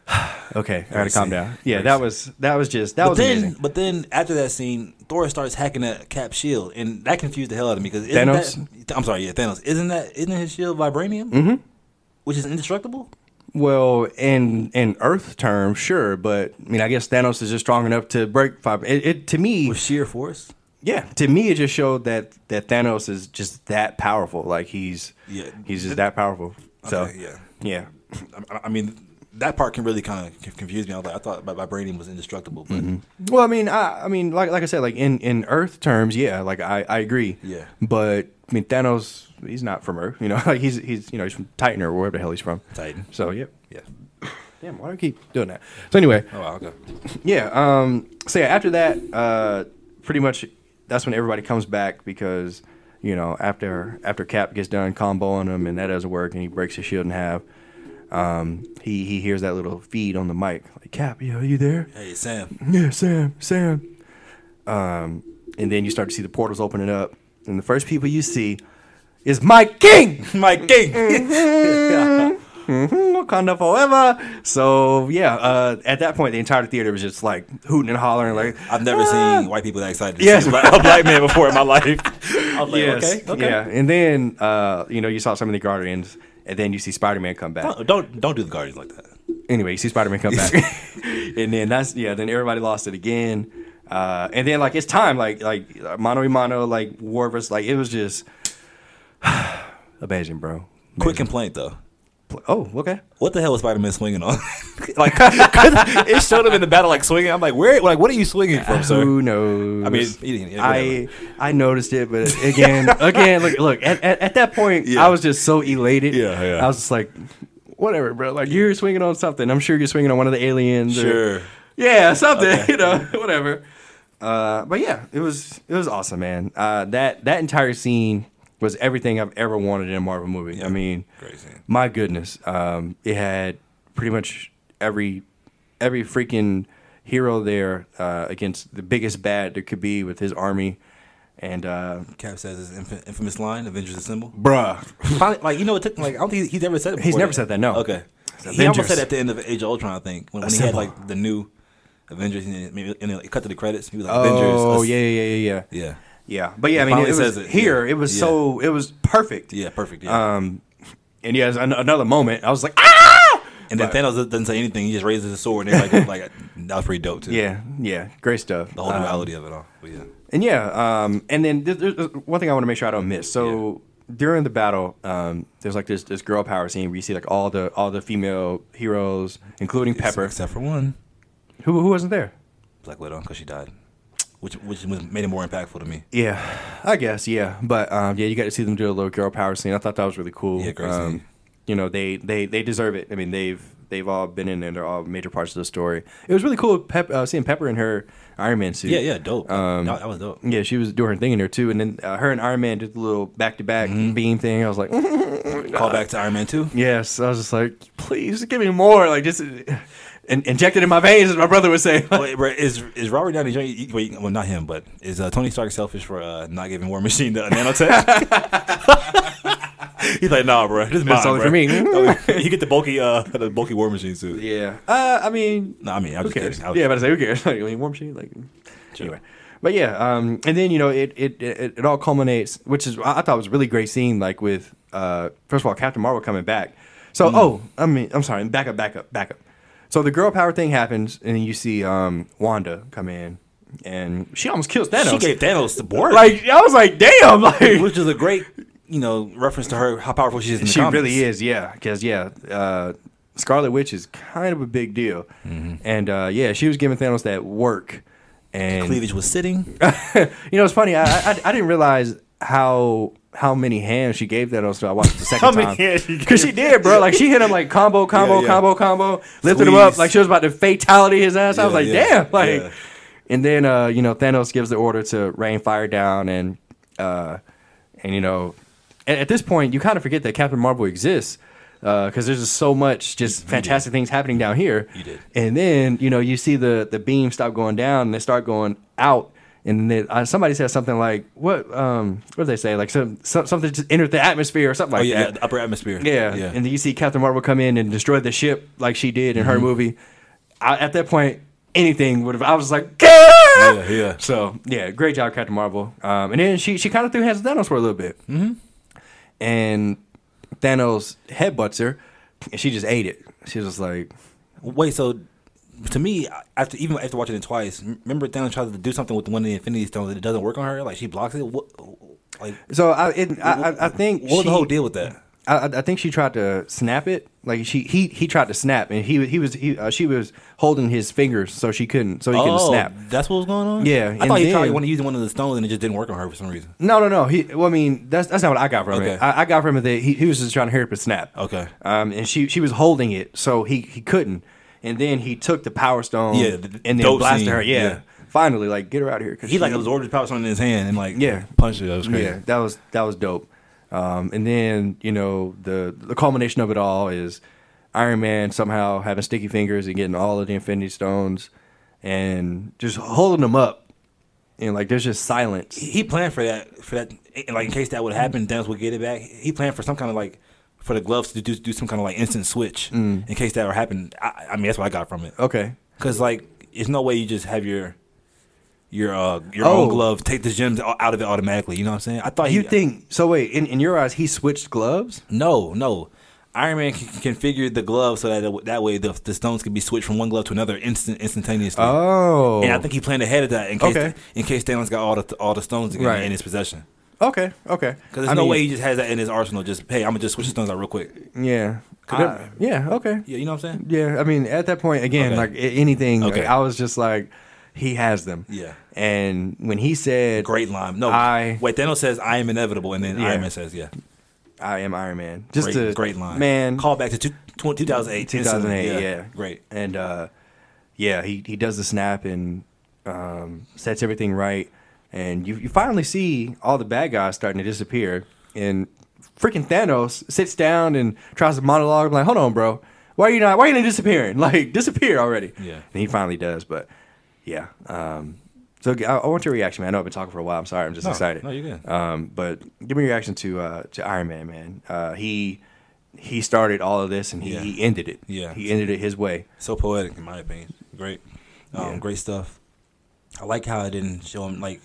[SPEAKER 1] I gotta
[SPEAKER 2] Great
[SPEAKER 1] calm
[SPEAKER 2] scene.
[SPEAKER 1] down. Yeah,
[SPEAKER 2] Great
[SPEAKER 1] that
[SPEAKER 2] scene.
[SPEAKER 1] was that was just that
[SPEAKER 2] But
[SPEAKER 1] was
[SPEAKER 2] then,
[SPEAKER 1] amazing.
[SPEAKER 2] but then after that scene, Thor starts hacking at Cap shield, and that confused the hell out of me because
[SPEAKER 1] Thanos?
[SPEAKER 2] That, I'm sorry, yeah, Thanos. Isn't that isn't his shield vibranium? Mm-hmm. Which is indestructible.
[SPEAKER 1] Well, in in Earth terms, sure, but I mean, I guess Thanos is just strong enough to break five. It, it to me
[SPEAKER 2] With sheer force.
[SPEAKER 1] Yeah, to me, it just showed that that Thanos is just that powerful. Like he's
[SPEAKER 2] Yeah.
[SPEAKER 1] he's just that powerful. So
[SPEAKER 2] Okay, yeah.
[SPEAKER 1] yeah,
[SPEAKER 2] I, I mean, that part can really kind of confuse me. I was like, I thought vi- vibranium was indestructible, but
[SPEAKER 1] Well, I mean, I I mean, like like I said, like in in Earth terms, yeah, like I I agree.
[SPEAKER 2] Yeah.
[SPEAKER 1] but I mean, Thanos, <laughs> he's not from Earth. You know, like he's he's you know he's from Titan or wherever the hell he's from.
[SPEAKER 2] Titan.
[SPEAKER 1] So yeah.
[SPEAKER 2] yeah.
[SPEAKER 1] Damn, why do I keep doing that? So anyway,
[SPEAKER 2] Oh, wow, okay.
[SPEAKER 1] yeah. Um, so yeah, after that, uh, pretty much that's when everybody comes back because you know after after Cap gets done comboing him and that doesn't work and he breaks his shield in half. Um, he he hears that little feed on the mic like Cap, yo, you there?
[SPEAKER 2] Hey, Sam.
[SPEAKER 1] Yeah, Sam, Sam. Um, and then you start to see the portals opening up, and the first people you see is Mike King.
[SPEAKER 2] <laughs> Mike King.
[SPEAKER 1] Mhm, Wakanda forever. So yeah, uh, at that point, the entire theater was just like hooting and hollering, like
[SPEAKER 2] <laughs> I've never
[SPEAKER 1] "Ah!"
[SPEAKER 2] seen white people that excited to
[SPEAKER 1] Yes.
[SPEAKER 2] see a black, a black man before in my life. <laughs> I was like,
[SPEAKER 1] Yes,
[SPEAKER 2] okay, okay.
[SPEAKER 1] yeah. And then uh, you know you saw some of the Guardians, and then you see Spider Man come back.
[SPEAKER 2] Don't, Oh, don't don't do the Guardians like that.
[SPEAKER 1] anyway, you see Spider Man come
[SPEAKER 2] <laughs>
[SPEAKER 1] back, and then that's yeah. Then everybody lost it again, uh, and then like it's time, like like mano a mano, like war versus like it was just <sighs> amazing, bro.
[SPEAKER 2] Quick complaint though.
[SPEAKER 1] Oh, okay.
[SPEAKER 2] What the hell was Spider Man swinging on?
[SPEAKER 1] <laughs>
[SPEAKER 2] like, 'cause <laughs> it showed him in the battle like swinging. I'm like, where? Like, what are you swinging from, sir?
[SPEAKER 1] Who knows?
[SPEAKER 2] I mean, he didn't- yeah,
[SPEAKER 1] I I noticed it, but
[SPEAKER 2] <laughs>
[SPEAKER 1] again, again, look, look. At, at, at that point,
[SPEAKER 2] Yeah.
[SPEAKER 1] I was just so elated.
[SPEAKER 2] Yeah, yeah.
[SPEAKER 1] I was just like, whatever, bro. Like you're swinging on something. I'm sure you're swinging on one of the aliens. or-
[SPEAKER 2] <laughs> Sure.
[SPEAKER 1] yeah, something. <laughs> You know, whatever. Uh, but yeah, it was it was awesome, man. Uh, that that entire scene was everything I've ever wanted in a Marvel movie. I mean,
[SPEAKER 2] Great scene.
[SPEAKER 1] my goodness, um, it had pretty much every every freaking hero there uh, against the biggest bad there could be with his army, and uh,
[SPEAKER 2] Cap says his inf- infamous line, "Avengers Assemble."
[SPEAKER 1] bruh,
[SPEAKER 2] <laughs> Finally, like you know, it took like I don't think he's, he's ever said it. Before
[SPEAKER 1] He's never said that, no.
[SPEAKER 2] Okay. He
[SPEAKER 1] Avengers.
[SPEAKER 2] almost said it at the end of Age of Ultron, I think, when, when he had
[SPEAKER 1] Assemble.
[SPEAKER 2] like the new Avengers, and it, maybe and it cut to the credits. He was like, Avengers.
[SPEAKER 1] oh
[SPEAKER 2] Ass-
[SPEAKER 1] yeah, yeah, yeah, yeah,
[SPEAKER 2] yeah,
[SPEAKER 1] yeah. But yeah, I mean, it
[SPEAKER 2] finally
[SPEAKER 1] was,
[SPEAKER 2] says it,
[SPEAKER 1] here.
[SPEAKER 2] yeah,
[SPEAKER 1] It was
[SPEAKER 2] yeah.
[SPEAKER 1] so it was perfect.
[SPEAKER 2] yeah, perfect. Yeah.
[SPEAKER 1] Um, and yes, an- another moment, I was like, ah.
[SPEAKER 2] and then Thanos doesn't say anything. He just raises his sword, and everybody like, <laughs> like that was pretty dope too.
[SPEAKER 1] Yeah, yeah, great stuff.
[SPEAKER 2] the whole
[SPEAKER 1] Uh,
[SPEAKER 2] duality of it all. But yeah,
[SPEAKER 1] and yeah, um, and then there's, there's one thing I want to make sure I don't miss. So during the battle, um, there's like this this girl power scene where you see like all the all the female heroes, including Pepper.
[SPEAKER 2] except for one,
[SPEAKER 1] Who who wasn't there?
[SPEAKER 2] Black Widow, because she died, which which was, made it more impactful to me.
[SPEAKER 1] Yeah, I guess yeah, but um, yeah, you got to see them do a little girl power scene. I thought that was really cool.
[SPEAKER 2] Yeah, great
[SPEAKER 1] um,
[SPEAKER 2] scene.
[SPEAKER 1] You know, they they they deserve it. I mean, they've they've all been in there. They're all major parts of the story. It was really cool pep, uh, seeing Pepper in her Iron Man suit.
[SPEAKER 2] Yeah, yeah, dope. that, that was dope.
[SPEAKER 1] Yeah, she was doing her thing in there too, and then uh, her and Iron Man did the little back to back
[SPEAKER 2] Mm-hmm.
[SPEAKER 1] beam thing. I was like,
[SPEAKER 2] Call back to Iron
[SPEAKER 1] <laughs>
[SPEAKER 2] Man two.
[SPEAKER 1] yes, I was just like, please give me more, like just in- inject it in my veins, as my brother would say. <laughs>
[SPEAKER 2] Wait, bro, is is Robert Downey Jr. you- Wait, well, not him, but is uh, Tony Stark selfish for uh, not giving War
[SPEAKER 1] <laughs>
[SPEAKER 2] Machine the nanotech? <laughs> He's like, nah, bro, this is mine,
[SPEAKER 1] only
[SPEAKER 2] bro." <laughs>
[SPEAKER 1] for me.
[SPEAKER 2] you get the bulky, uh, <laughs> the bulky War Machine suit.
[SPEAKER 1] yeah, uh, I mean,
[SPEAKER 2] No, I mean, I'm
[SPEAKER 1] who
[SPEAKER 2] just
[SPEAKER 1] cares?
[SPEAKER 2] kidding. I was-
[SPEAKER 1] Yeah, but I say who cares? <laughs> Like, I mean, War Machine, like anyway. But yeah, um, and then you know it it, it it all culminates, which is I I thought was a really great scene. Like with uh, first of all, Captain Marvel coming back. So oh, I mean, I'm sorry, back up, back up, back up. So the girl power thing happens, and then you see um, Wanda come in, and she almost kills Thanos.
[SPEAKER 2] she gave Thanos the board,
[SPEAKER 1] like I was like, damn, <laughs> like
[SPEAKER 2] <laughs> which is a great, you know, reference to her how powerful she is. In the
[SPEAKER 1] she
[SPEAKER 2] comics.
[SPEAKER 1] really is, yeah. Because yeah, uh, Scarlet Witch is kind of a big deal,
[SPEAKER 2] Mm-hmm.
[SPEAKER 1] and uh, yeah, she was giving Thanos that work, and
[SPEAKER 2] Cleavage
[SPEAKER 1] <laughs>
[SPEAKER 2] was sitting.
[SPEAKER 1] you know, it's funny. I, I I didn't realize how how many hands she gave that until I watched it the second
[SPEAKER 2] How many
[SPEAKER 1] time.
[SPEAKER 2] hands she gave?
[SPEAKER 1] Because she did, bro. Like she hit him like combo, combo,
[SPEAKER 2] yeah.
[SPEAKER 1] combo, combo. Lifted him up
[SPEAKER 2] Squeeze.
[SPEAKER 1] like she was about to fatality his ass. I was
[SPEAKER 2] Yeah,
[SPEAKER 1] like,
[SPEAKER 2] yeah,
[SPEAKER 1] damn, like.
[SPEAKER 2] yeah.
[SPEAKER 1] And then uh, you know Thanos gives the order to rain fire down, and uh, and you know, at, at this point you kind of forget that Captain Marvel exists. Because there's just so much just fantastic things happening down here.
[SPEAKER 2] You did.
[SPEAKER 1] And then you know you see the the beam stop going down and they start going out. And then uh, somebody says something like, "What? Um, what did they say? Like some, some something just entered the atmosphere or something
[SPEAKER 2] Oh
[SPEAKER 1] like
[SPEAKER 2] yeah,
[SPEAKER 1] that."
[SPEAKER 2] the upper atmosphere.
[SPEAKER 1] Yeah.
[SPEAKER 2] yeah.
[SPEAKER 1] And then you see Captain Marvel come in and destroy the ship like she did in her movie. I, at that point, anything would have. I was like, yeah,
[SPEAKER 2] yeah.
[SPEAKER 1] So yeah, great job, Captain Marvel. Um, and then she she kind of threw hands at Thanos for a little bit, mm-hmm. and Thanos headbutts her, and she just ate it. She was just like,
[SPEAKER 2] Wait, so to me, after even after watching it twice, m- remember Thanos tries to do something with one of the Infinity Stones and it doesn't work on her. Like she blocks it. What? Like
[SPEAKER 1] so I it, I, I, I think
[SPEAKER 2] what was
[SPEAKER 1] she-
[SPEAKER 2] the whole deal with that?
[SPEAKER 1] I, I- I think she tried to snap it. Like she he he tried to snap, and he was- he was he uh, she was holding his fingers, so she couldn't, so he couldn't snap.
[SPEAKER 2] Oh, That's what was going on.
[SPEAKER 1] Yeah,
[SPEAKER 2] I
[SPEAKER 1] and
[SPEAKER 2] thought he tried
[SPEAKER 1] then-
[SPEAKER 2] to use one of the stones and it just didn't work on her for some reason.
[SPEAKER 1] No, no, no. He well, I mean that's that's not what I got from
[SPEAKER 2] Okay.
[SPEAKER 1] it. I, I got from it that he, he was just trying to hurry up and snap.
[SPEAKER 2] Okay.
[SPEAKER 1] Um, and she she was holding it, so he he couldn't, and then he took the power stone.
[SPEAKER 2] Yeah, the-
[SPEAKER 1] and then
[SPEAKER 2] dope
[SPEAKER 1] blasted
[SPEAKER 2] scene.
[SPEAKER 1] her. Yeah.
[SPEAKER 2] Yeah.
[SPEAKER 1] Finally, like get her out of here. 'cause
[SPEAKER 2] He like
[SPEAKER 1] she-
[SPEAKER 2] absorbed his power stone in his hand and like
[SPEAKER 1] Yeah.
[SPEAKER 2] punched it. That was crazy.
[SPEAKER 1] Yeah, that was that was dope. Um, and then you know the the culmination of it all is Iron Man somehow having sticky fingers and getting all of the Infinity Stones and just holding them up, and like there's just silence.
[SPEAKER 2] He planned for that for that and, like in case that would happen, Thanos would get it back. He planned for some kind of like for the gloves to do do some kind of like instant switch
[SPEAKER 1] Mm.
[SPEAKER 2] in case that would happen. I, I mean that's what I got from it.
[SPEAKER 1] Okay.
[SPEAKER 2] Cause like it's no way you just have your your uh your
[SPEAKER 1] Oh.
[SPEAKER 2] own glove take the gems o- out of it automatically. You know what I'm saying? I thought
[SPEAKER 1] You
[SPEAKER 2] he,
[SPEAKER 1] think so? Wait, in, in your eyes, he switched gloves?
[SPEAKER 2] No, no. Iron Man c- c- configured the glove so that it, that way the, the stones could be switched from one glove to another instant instantaneously.
[SPEAKER 1] Oh,
[SPEAKER 2] And I think he planned ahead of that in case
[SPEAKER 1] Okay.
[SPEAKER 2] in case Thanos got all the all the stones again
[SPEAKER 1] Right.
[SPEAKER 2] in his possession.
[SPEAKER 1] okay, okay.
[SPEAKER 2] Because there's
[SPEAKER 1] I
[SPEAKER 2] no
[SPEAKER 1] mean,
[SPEAKER 2] way he just has that in his arsenal. Just hey, I'm gonna just switch the stones out real quick.
[SPEAKER 1] Yeah,
[SPEAKER 2] Could
[SPEAKER 1] I-
[SPEAKER 2] it-
[SPEAKER 1] yeah, okay.
[SPEAKER 2] Yeah, you know what I'm saying?
[SPEAKER 1] Yeah, I mean, at that point, again,
[SPEAKER 2] Okay.
[SPEAKER 1] like a- anything,
[SPEAKER 2] Okay.
[SPEAKER 1] like, I was just like, he has them.
[SPEAKER 2] Yeah.
[SPEAKER 1] And when he said,
[SPEAKER 2] Great line. No,
[SPEAKER 1] I-
[SPEAKER 2] wait. Thanos says I am inevitable, and then
[SPEAKER 1] Yeah.
[SPEAKER 2] Iron Man says, "Yeah,
[SPEAKER 1] I am Iron Man. Just
[SPEAKER 2] great,
[SPEAKER 1] a
[SPEAKER 2] great line,
[SPEAKER 1] man.
[SPEAKER 2] Call back to two, tw- 2008,
[SPEAKER 1] 2008, yeah.
[SPEAKER 2] instantly. great.
[SPEAKER 1] And uh, yeah, he, he does the snap and um, sets everything right. And you, you finally see all the bad guys starting to disappear. And freaking Thanos sits down and tries to monologue. I'm like, hold on, bro. Why are you not? Why are you not disappearing? <laughs> Like, disappear already.
[SPEAKER 2] Yeah.
[SPEAKER 1] And he finally does. But yeah. Um, so I, I want your reaction, man. I know I've been talking for a while. I'm sorry. I'm just
[SPEAKER 2] No,
[SPEAKER 1] excited.
[SPEAKER 2] no, you're good.
[SPEAKER 1] Um, but give me your reaction to uh, to Iron Man, man. Uh, he he started all of this and he,
[SPEAKER 2] Yeah.
[SPEAKER 1] he ended it.
[SPEAKER 2] Yeah.
[SPEAKER 1] he ended it his way.
[SPEAKER 2] So poetic, in my opinion. Great, um,
[SPEAKER 1] Yeah.
[SPEAKER 2] great stuff. I like how it didn't show him like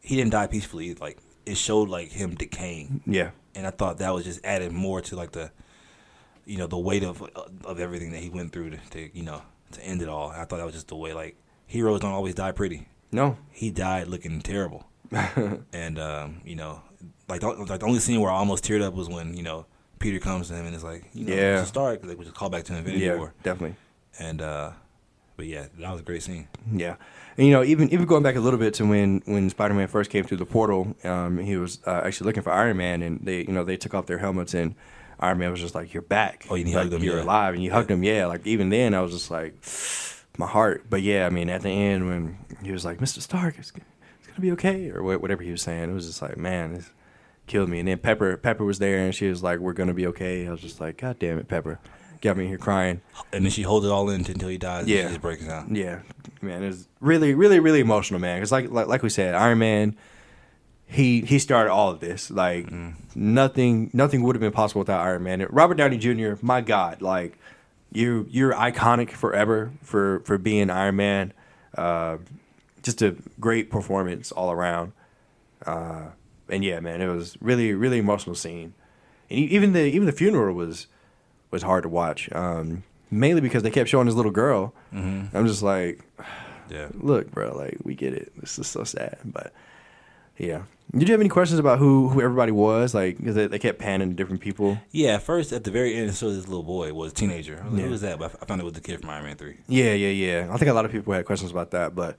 [SPEAKER 2] he didn't die peacefully. Like it showed like him decaying,
[SPEAKER 1] Yeah,
[SPEAKER 2] and I thought that was just added more to like the you know the weight of uh, of everything that he went through to, to you know to end it all. I thought that was just the way like heroes don't always die pretty.
[SPEAKER 1] no,
[SPEAKER 2] He died
[SPEAKER 1] <laughs>
[SPEAKER 2] looking terrible, and um, you know like the, like the only scene where I almost teared up was when you know Peter comes to him and is like you know
[SPEAKER 1] Yeah.
[SPEAKER 2] yeah. Stark like which is callback to Infinity
[SPEAKER 1] yeah,
[SPEAKER 2] War.
[SPEAKER 1] definitely,
[SPEAKER 2] And uh but yeah, that was a great scene.
[SPEAKER 1] yeah. And you know, even even going back a little bit to when when Spider Man first came through the portal, um, he was uh, actually looking for Iron Man, and they you know they took off their helmets and. Iron Man was just like, "You're back.
[SPEAKER 2] Oh, and he
[SPEAKER 1] Like,
[SPEAKER 2] hugged him,
[SPEAKER 1] You're
[SPEAKER 2] yeah.
[SPEAKER 1] alive." And you hugged him. Yeah, like even then, I was just like, my heart. But yeah, I mean, at the end when he was like, "Mr. Stark, it's, g- it's gonna be okay," or wha- whatever he was saying, it was just like, man, this killed me. And then Pepper, Pepper was there, and she was like, "We're gonna be okay." I was just like, "God damn it, Pepper, got me here crying."
[SPEAKER 2] And then she holds it all in until he dies.
[SPEAKER 1] Yeah.
[SPEAKER 2] And she just breaks down.
[SPEAKER 1] Yeah, man, it's really, really, really emotional, man. Because like, like, like we said, Iron Man, he he started all of this. Like nothing, nothing would have been possible without Iron Man. And Robert Downey Jr. My God, like you, you're iconic forever for for being Iron Man. Uh, just a great performance all around. Uh, and yeah, man, it was really, really emotional scene. And e- even the even the funeral was was hard to watch. Um, mainly because they kept showing this little girl.
[SPEAKER 2] Mm-hmm.
[SPEAKER 1] I'm just like,
[SPEAKER 2] Yeah.
[SPEAKER 1] look, bro, like we get it. This is so sad, but yeah. Did you have any questions about who who everybody was? Like, because they, they kept panning to different people.
[SPEAKER 2] Yeah, at first at the very end it showed this little boy was a teenager. I was like,
[SPEAKER 1] Yeah.
[SPEAKER 2] Who was that? But I found it was the kid from Iron Man three.
[SPEAKER 1] Yeah, yeah, yeah. I think a lot of people had questions about that, but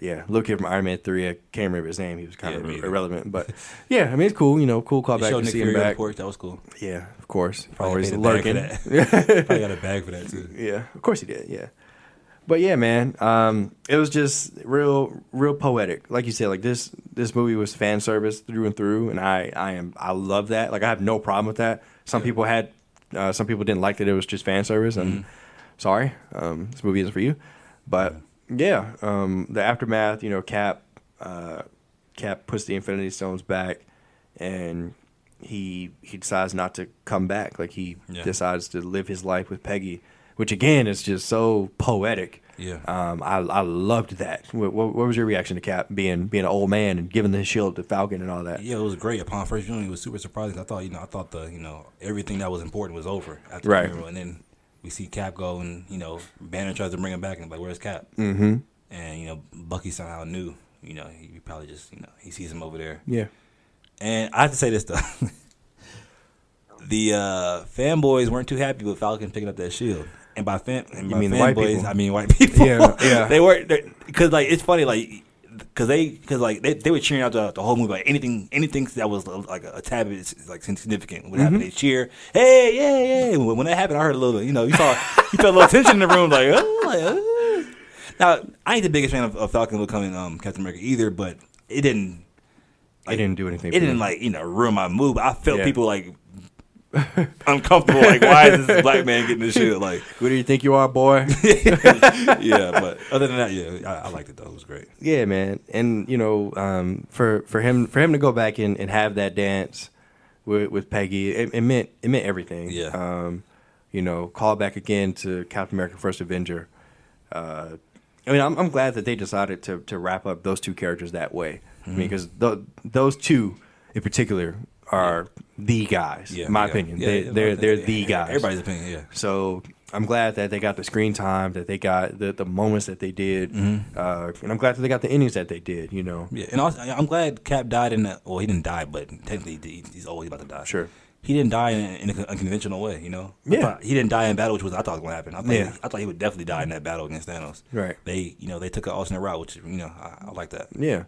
[SPEAKER 1] yeah, little kid from Iron Man three. I can't remember his name. He was kind
[SPEAKER 2] Yeah,
[SPEAKER 1] of
[SPEAKER 2] me either.
[SPEAKER 1] irrelevant,
[SPEAKER 2] <laughs>
[SPEAKER 1] but yeah, I mean it's cool. You know, cool
[SPEAKER 2] It
[SPEAKER 1] callback
[SPEAKER 2] showed
[SPEAKER 1] to
[SPEAKER 2] Nick
[SPEAKER 1] see him
[SPEAKER 2] Fury
[SPEAKER 1] back.
[SPEAKER 2] on the porch, that was cool.
[SPEAKER 1] Yeah, of course.
[SPEAKER 2] Probably
[SPEAKER 1] Always
[SPEAKER 2] made a bag for
[SPEAKER 1] lurking. <laughs>
[SPEAKER 2] Probably got a bag for that too.
[SPEAKER 1] Yeah, of course he did. Yeah, but yeah, man, um, it was just real, real poetic. Like you said, like this this movie was fan service through and through, and I I am I love that. Like I have no problem with that. Some people had, uh, some people didn't like that it was just fan service, and sorry, um, this movie isn't for you. But yeah, um, the aftermath, you know, Cap, uh, Cap puts the Infinity Stones back, and he he decides not to come back. Like he
[SPEAKER 2] Yeah.
[SPEAKER 1] decides to live his life with Peggy, which again is just so poetic.
[SPEAKER 2] Yeah.
[SPEAKER 1] Um, I I loved that. What, what, what was your reaction to Cap being being an old man and giving the shield to Falcon and all that?
[SPEAKER 2] Yeah, it was great. Upon first viewing, it was super surprising. I thought, you know, I thought the, you know, everything that was important was over after
[SPEAKER 1] Right.
[SPEAKER 2] the funeral. And then we see Cap go and, you know, Banner tries to bring him back and like, where's Cap?
[SPEAKER 1] Mm-hmm.
[SPEAKER 2] And, you know, Bucky somehow knew, you know, he probably just, you know, he sees him over there.
[SPEAKER 1] Yeah.
[SPEAKER 2] And I have to say this though. <laughs> the uh, fanboys weren't too happy with Falcon picking up that shield. And by fan, and by
[SPEAKER 1] mean the white
[SPEAKER 2] fanboys,
[SPEAKER 1] people?
[SPEAKER 2] I mean white <laughs> people.
[SPEAKER 1] Yeah, yeah.
[SPEAKER 2] they weren't because like it's funny like because they because like they, they were cheering out the, the whole movie like anything anything that was like a, tad bit like significant would
[SPEAKER 1] Mm-hmm.
[SPEAKER 2] happen. They cheer, hey, yeah, yeah. When, when that happened, I heard a little. You know, you saw you felt a little tension in the room, like, oh, like, oh. now I ain't the biggest fan of, of Falcon becoming um, Captain America either, but it didn't
[SPEAKER 1] I didn't do anything.
[SPEAKER 2] it
[SPEAKER 1] for me.
[SPEAKER 2] didn't like you know ruin my mood. But I felt
[SPEAKER 1] Yeah.
[SPEAKER 2] people like <laughs> uncomfortable. Like, why is this black man getting this shit? Like,
[SPEAKER 1] Who do you think you are, boy?
[SPEAKER 2] yeah. But other than that, yeah, I, I liked it though. It was great.
[SPEAKER 1] yeah, man. And you know, um, for for him for him to go back and, and have that dance with with Peggy, it, it meant it meant everything.
[SPEAKER 2] Yeah.
[SPEAKER 1] Um, you know, call back again to Captain America: First Avenger. Uh, I mean, I'm, I'm glad that they decided to to wrap up those two characters that way. I
[SPEAKER 2] Mm-hmm.
[SPEAKER 1] mean, because th- those two in particular are the guys.
[SPEAKER 2] Yeah,
[SPEAKER 1] my
[SPEAKER 2] yeah.
[SPEAKER 1] opinion.
[SPEAKER 2] Yeah,
[SPEAKER 1] they,
[SPEAKER 2] yeah,
[SPEAKER 1] they're
[SPEAKER 2] yeah,
[SPEAKER 1] they're
[SPEAKER 2] yeah,
[SPEAKER 1] the guys.
[SPEAKER 2] Everybody's opinion. Yeah.
[SPEAKER 1] So I'm glad that they got the screen time, that they got the, the moments that they did, uh, and I'm glad that they got the innings that they did. You know,
[SPEAKER 2] Yeah, and also, I- I'm glad Cap died in a. Well, he didn't die, but technically he- he's always about to die.
[SPEAKER 1] Sure.
[SPEAKER 2] He didn't die in an unconventional way, you know. I
[SPEAKER 1] Yeah.
[SPEAKER 2] thought- he didn't die in battle, which was I thought was gonna happen. I thought,
[SPEAKER 1] Yeah.
[SPEAKER 2] I thought he would definitely die in that battle against Thanos.
[SPEAKER 1] Right.
[SPEAKER 2] They, you know, they took an alternate route, which you know I, I like that.
[SPEAKER 1] yeah,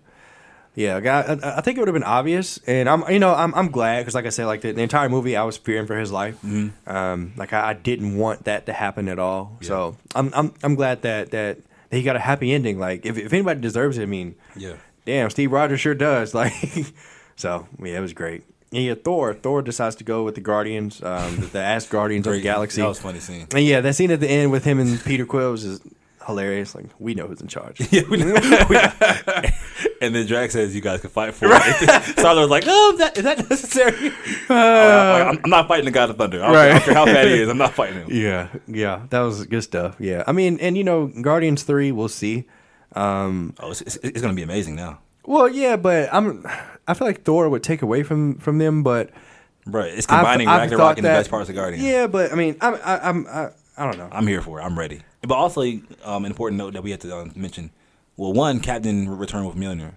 [SPEAKER 1] yeah. I got- I, I think it would have been obvious, and I'm you know I'm I'm glad because like I said, like the, the entire movie I was fearing for his life. Um, like I, I didn't want that to happen at all. So I'm I'm I'm glad that that that he got a happy ending. Like if if anybody deserves it, I mean,
[SPEAKER 2] Yeah.
[SPEAKER 1] damn, Steve Rogers sure does. <laughs> Like, so yeah, it was great. And yeah, Thor. Thor decides to go with the Guardians, um, the, the Ask Guardians of the
[SPEAKER 2] Great.
[SPEAKER 1] Galaxy.
[SPEAKER 2] That was a funny scene.
[SPEAKER 1] And yeah, that scene at the end with him and Peter Quill was just hilarious. Like, we know who's in
[SPEAKER 2] <laughs>
[SPEAKER 1] charge.
[SPEAKER 2] Yeah,
[SPEAKER 1] <laughs>
[SPEAKER 2] we know. we know. and then Drax says, "You guys can fight for <laughs> it." Star Lord's like,
[SPEAKER 1] <laughs>
[SPEAKER 2] "No, is that, is that necessary? I'm, I'm- I'm not fighting the God of Thunder. I don't, right.
[SPEAKER 1] Uh, Right.
[SPEAKER 2] I don't care how bad he is. I'm not fighting him."
[SPEAKER 1] <laughs> <laughs> Yeah, yeah, that was good stuff. Yeah, I mean, and you know, Guardians three, we'll see.
[SPEAKER 2] Oh, it's, it's, it's gonna be amazing now,
[SPEAKER 1] Well, yeah, but I'm, I feel like Thor would take away from from them, but
[SPEAKER 2] bro. It's
[SPEAKER 1] I've-
[SPEAKER 2] combining
[SPEAKER 1] I've
[SPEAKER 2] Ragnarok
[SPEAKER 1] thought
[SPEAKER 2] and the
[SPEAKER 1] that-
[SPEAKER 2] best parts of Guardians.
[SPEAKER 1] Yeah, but I mean, I'm, I, I'm, I, I don't know.
[SPEAKER 2] I'm here for it. I'm ready. But also, um, an important note that we have to um, mention. Well, one, Captain returned with Mjolnir.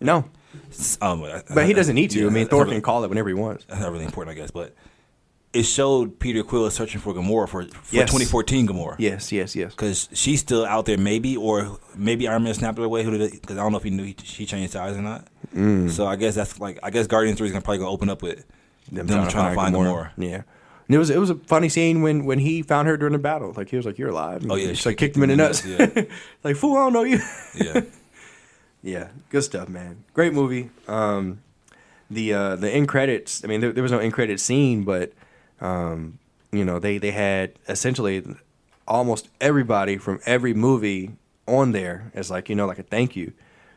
[SPEAKER 1] No,
[SPEAKER 2] S- Um,
[SPEAKER 1] but he doesn't need to. I mean, Thor
[SPEAKER 2] that's
[SPEAKER 1] can
[SPEAKER 2] not-
[SPEAKER 1] call it whenever he wants.
[SPEAKER 2] That's not really important, I guess. But it showed Peter Quill is searching for Gamora for, for
[SPEAKER 1] Yes.
[SPEAKER 2] 2014 Gamora.
[SPEAKER 1] Yes, yes, yes.
[SPEAKER 2] Because she's still out there, maybe, or maybe Iron Man snapped it away. Who did? Because I don't know if he knew he, she changed sides or not.
[SPEAKER 1] Mm.
[SPEAKER 2] So I guess that's like I guess Guardians Three is gonna probably go open up with them, trying, to find Gamora.
[SPEAKER 1] Yeah. And it was it was a funny scene when when he found her during the battle. Like he was like, "You're alive." And
[SPEAKER 2] Oh, yeah,
[SPEAKER 1] she
[SPEAKER 2] she
[SPEAKER 1] like kicked him in the nuts.
[SPEAKER 2] yeah.
[SPEAKER 1] <laughs> like fool, I don't know you.
[SPEAKER 2] <laughs>
[SPEAKER 1] <laughs>
[SPEAKER 2] Yeah,
[SPEAKER 1] yeah, good stuff, man. Great movie. Um, the uh, the end credits. I mean, there, there was no end credit scene, but um, you know they they had essentially almost everybody from every movie on there as like you know like a thank you,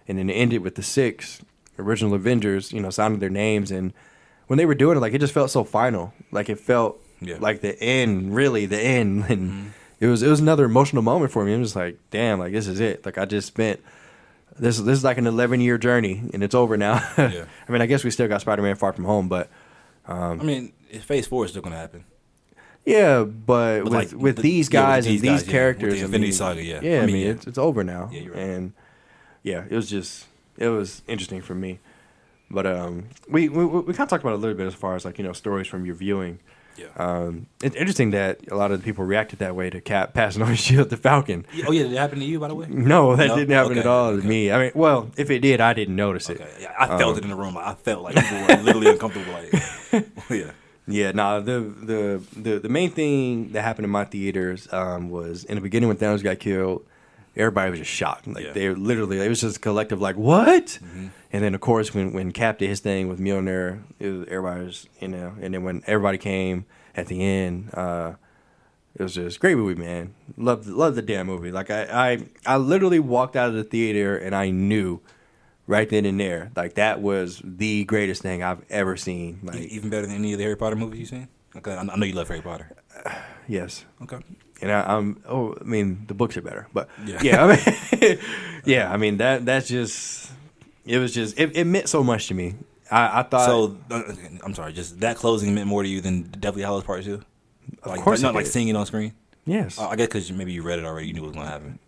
[SPEAKER 1] and then it ended with the six original Avengers you know signing their names and when they were doing it like it just felt so final like it felt
[SPEAKER 2] Yeah.
[SPEAKER 1] like the end really the end <laughs> and it was it was another emotional moment for me I'm just like damn like this is it like I just spent this this is like an 11 year journey and it's over now. <laughs>
[SPEAKER 2] Yeah.
[SPEAKER 1] I mean, I guess we still got Spider Man Far From Home, but Um,
[SPEAKER 2] I mean, Phase Four is still gonna happen.
[SPEAKER 1] yeah, but, with
[SPEAKER 2] like,
[SPEAKER 1] with
[SPEAKER 2] the-
[SPEAKER 1] these
[SPEAKER 2] yeah, with
[SPEAKER 1] guys and these
[SPEAKER 2] these guys, yeah, with the
[SPEAKER 1] characters, I
[SPEAKER 2] Infinity
[SPEAKER 1] mean,
[SPEAKER 2] Saga, yeah.
[SPEAKER 1] yeah,
[SPEAKER 2] I
[SPEAKER 1] I
[SPEAKER 2] mean,
[SPEAKER 1] mean,
[SPEAKER 2] yeah.
[SPEAKER 1] It's, it's over now,
[SPEAKER 2] Yeah, you're right.
[SPEAKER 1] and yeah, it was just it was interesting for me. But um, we we we kind of talked about it a little bit as far as like you know stories from your viewing.
[SPEAKER 2] Yeah.
[SPEAKER 1] Um, it's interesting that a lot of the people reacted that way to Cap passing <laughs> on his shield to Falcon.
[SPEAKER 2] oh yeah, did it happen to you by the way?
[SPEAKER 1] No, that
[SPEAKER 2] No?
[SPEAKER 1] didn't happen
[SPEAKER 2] Okay,
[SPEAKER 1] at all to
[SPEAKER 2] okay.
[SPEAKER 1] me. I mean, well, if it did, I didn't notice it.
[SPEAKER 2] Okay. Yeah, I
[SPEAKER 1] Um,
[SPEAKER 2] felt it in the room. Like, I felt like people were literally uncomfortable. Like,
[SPEAKER 1] <laughs>
[SPEAKER 2] <laughs> yeah,
[SPEAKER 1] Yeah, nah. The, the the the main thing that happened in my theaters um, was in the beginning when Thanos got killed, everybody was just shocked. Like
[SPEAKER 2] Yeah. Mm-hmm.
[SPEAKER 1] they were literally, it was just a collective like what? And then of course when when Cap did his thing with Mjolnir, it was, everybody was you know. And then when everybody came at the end, uh, it was just great movie, man. Love love the damn movie. Like I I I literally walked out of the theater and I knew. Right then and there, like that was the greatest thing I've ever seen.
[SPEAKER 2] E-
[SPEAKER 1] Like,
[SPEAKER 2] even better than any of the Harry Potter movies you've seen. Okay, I I know you love Harry Potter.
[SPEAKER 1] yes,
[SPEAKER 2] Okay,
[SPEAKER 1] and I, I'm oh, I mean the books are better, but yeah,
[SPEAKER 2] Yeah.
[SPEAKER 1] I
[SPEAKER 2] <laughs>
[SPEAKER 1] mean, <laughs> yeah, I mean that that's just it was just it, it meant so much to me. I, I thought
[SPEAKER 2] so uh, I'm sorry. Just that closing meant more to you than Deathly Hallows Part Two. Of like,
[SPEAKER 1] course
[SPEAKER 2] not
[SPEAKER 1] it
[SPEAKER 2] like
[SPEAKER 1] did.
[SPEAKER 2] seeing it on screen.
[SPEAKER 1] yes.
[SPEAKER 2] Uh, I guess because maybe you read it already, you knew what was gonna happen.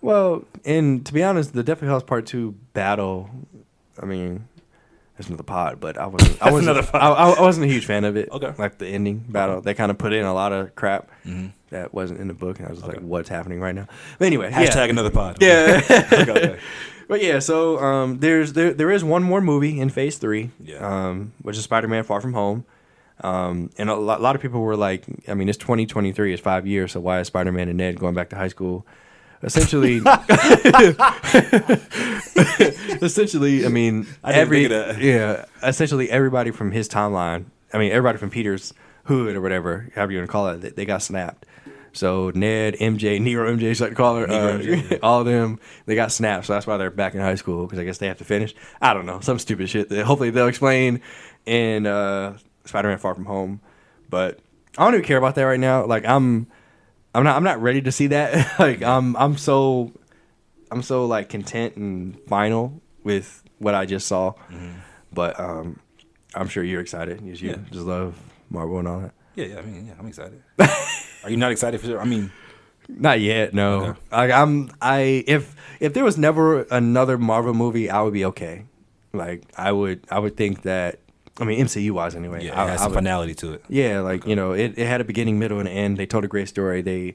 [SPEAKER 1] well, and to be honest, the Deathly Hallows Part Two battle, I mean, That's another pod, but I wasn't. I wasn't.
[SPEAKER 2] another pod.
[SPEAKER 1] I, I- I wasn't a huge fan of it.
[SPEAKER 2] Okay.
[SPEAKER 1] Like the ending battle, they kind of put in a lot of crap
[SPEAKER 2] Mhm.
[SPEAKER 1] that wasn't in the book, and I was like, "What's happening right now?" But anyway, yeah.
[SPEAKER 2] Hashtag another pod.
[SPEAKER 1] Yeah.
[SPEAKER 2] Okay, <laughs> okay.
[SPEAKER 1] But yeah, so um, there's there there is one more movie in Phase Three,
[SPEAKER 2] Yeah.
[SPEAKER 1] um, which is Spider-Man: Far From Home, um, and a lot, lot of people were like, I mean, it's 2023, it's five years, so why is Spider-Man and Ned going back to high school?
[SPEAKER 2] <laughs>
[SPEAKER 1] Essentially, <laughs> essentially, I mean,
[SPEAKER 2] I didn't
[SPEAKER 1] every
[SPEAKER 2] think of that.
[SPEAKER 1] yeah, essentially everybody from his timeline, I mean, everybody from Peter's hood or whatever, however you want to call it, they, they got snapped. So Ned, MJ, Negro MJ, is like to call her, uh,
[SPEAKER 2] Negro MJ, yeah.
[SPEAKER 1] <laughs> all of them, they got snapped. So that's why they're back in high school because I guess they have to finish. I don't know, some stupid shit that hopefully they'll explain in uh, Spider-Man: Far From Home. But I don't even care about that right now. Like I'm, I'm not, I'm not ready to see that. <laughs> like I'm, I'm so I'm so like content and final with what I just saw. But um, I'm sure you're excited. 'cause You
[SPEAKER 2] Mm-hmm. Yeah.
[SPEAKER 1] just love Marvel and all that.
[SPEAKER 2] Yeah, yeah, I mean, yeah, I'm <laughs> excited. Are you not excited for sure? I mean,
[SPEAKER 1] Not yet, no.
[SPEAKER 2] Okay.
[SPEAKER 1] Like I'm I if if there was never another Marvel movie, I would be okay. Like I would I would think that I mean MCU wise anyway.
[SPEAKER 2] yeah,
[SPEAKER 1] I,
[SPEAKER 2] it has
[SPEAKER 1] I
[SPEAKER 2] some
[SPEAKER 1] would-
[SPEAKER 2] finality to it.
[SPEAKER 1] Yeah, like you know, it, it had a beginning, middle, and end. They told a great story. They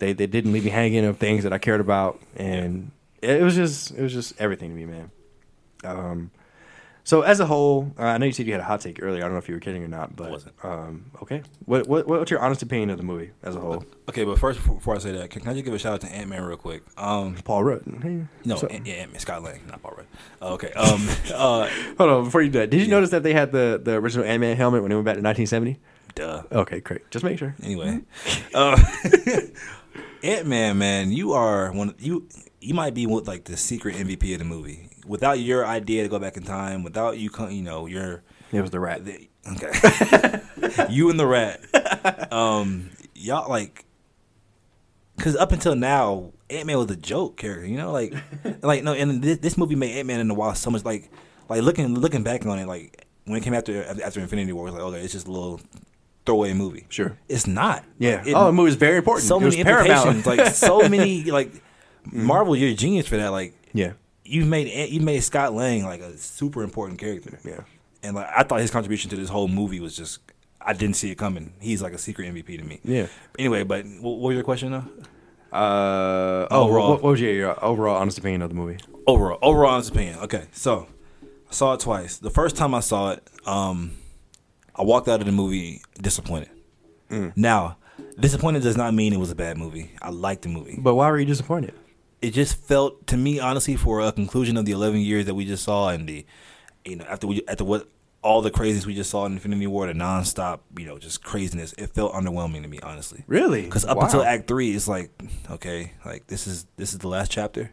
[SPEAKER 1] they they didn't leave me hanging of things that I cared about, and it, it was just it was just everything to me, man. Um, so as a whole, uh, I know you said you had a hot take earlier. I don't know if you were kidding or not, but
[SPEAKER 2] wasn't.
[SPEAKER 1] um, okay. What, what what's your honest opinion of the movie as a whole?
[SPEAKER 2] Okay, but first, before before I say that, can, can I just give a shout out to Ant Man real quick? Um,
[SPEAKER 1] Paul Rudd. Hey,
[SPEAKER 2] no,
[SPEAKER 1] so-
[SPEAKER 2] Ant- yeah, Ant Man, Scott Lang, not Paul Rudd. Uh, okay, um, <laughs> uh,
[SPEAKER 1] hold on. Before you do that, did you notice that they had the the original Ant Man helmet when it went back to 1970?
[SPEAKER 2] duh.
[SPEAKER 1] Okay, great. Just make sure.
[SPEAKER 2] Anyway,
[SPEAKER 1] Mm-hmm.
[SPEAKER 2] uh, <laughs> Ant Man, man, you are one. You you might be with like the secret MVP of the movie. Without your idea to go back in time, without you, co- you
[SPEAKER 1] <laughs>
[SPEAKER 2] know, your
[SPEAKER 1] It was the rat.
[SPEAKER 2] the- okay, you and the rat, um, y'all like, because up until now, Ant Man was a joke character. You know,
[SPEAKER 1] <laughs>
[SPEAKER 2] like, like no, and this, this movie made Ant Man and the Wasp so much like, like looking looking back on it, like when it came after after Infinity War, it was like, okay, it's just a little throwaway movie.
[SPEAKER 1] Sure.
[SPEAKER 2] it's not.
[SPEAKER 1] Yeah.
[SPEAKER 2] It-
[SPEAKER 1] oh, the movie was very important.
[SPEAKER 2] so
[SPEAKER 1] it was
[SPEAKER 2] many implications,
[SPEAKER 1] paramount. Mm.
[SPEAKER 2] like so many, like Marvel. You're a genius for that. Like
[SPEAKER 1] <laughs> yeah.
[SPEAKER 2] you made Ant- you made Scott Lang like a super important character.
[SPEAKER 1] Yeah.
[SPEAKER 2] and like I thought his contribution to this whole movie was just I didn't see it coming. He's like a secret MVP to me.
[SPEAKER 1] Yeah.
[SPEAKER 2] Anyway, but wh- what was your question though?
[SPEAKER 1] Uh, oh,
[SPEAKER 2] Overall.
[SPEAKER 1] What, what was your, your overall honest opinion of the movie?
[SPEAKER 2] Overall, overall honest opinion. Okay, so I saw it twice. The first time I saw it, um, I walked out of the movie disappointed.
[SPEAKER 1] Mm.
[SPEAKER 2] Now, disappointed does not mean it was a bad movie. I liked the movie.
[SPEAKER 1] But why were you disappointed?
[SPEAKER 2] it just felt to me honestly for a conclusion of the 11 years that we just saw and the you know after we after what all the craziness we just saw in Infinity War the nonstop you know just craziness it felt underwhelming to me honestly
[SPEAKER 1] Really?
[SPEAKER 2] because up until Act Three it's like okay like this is this is the last chapter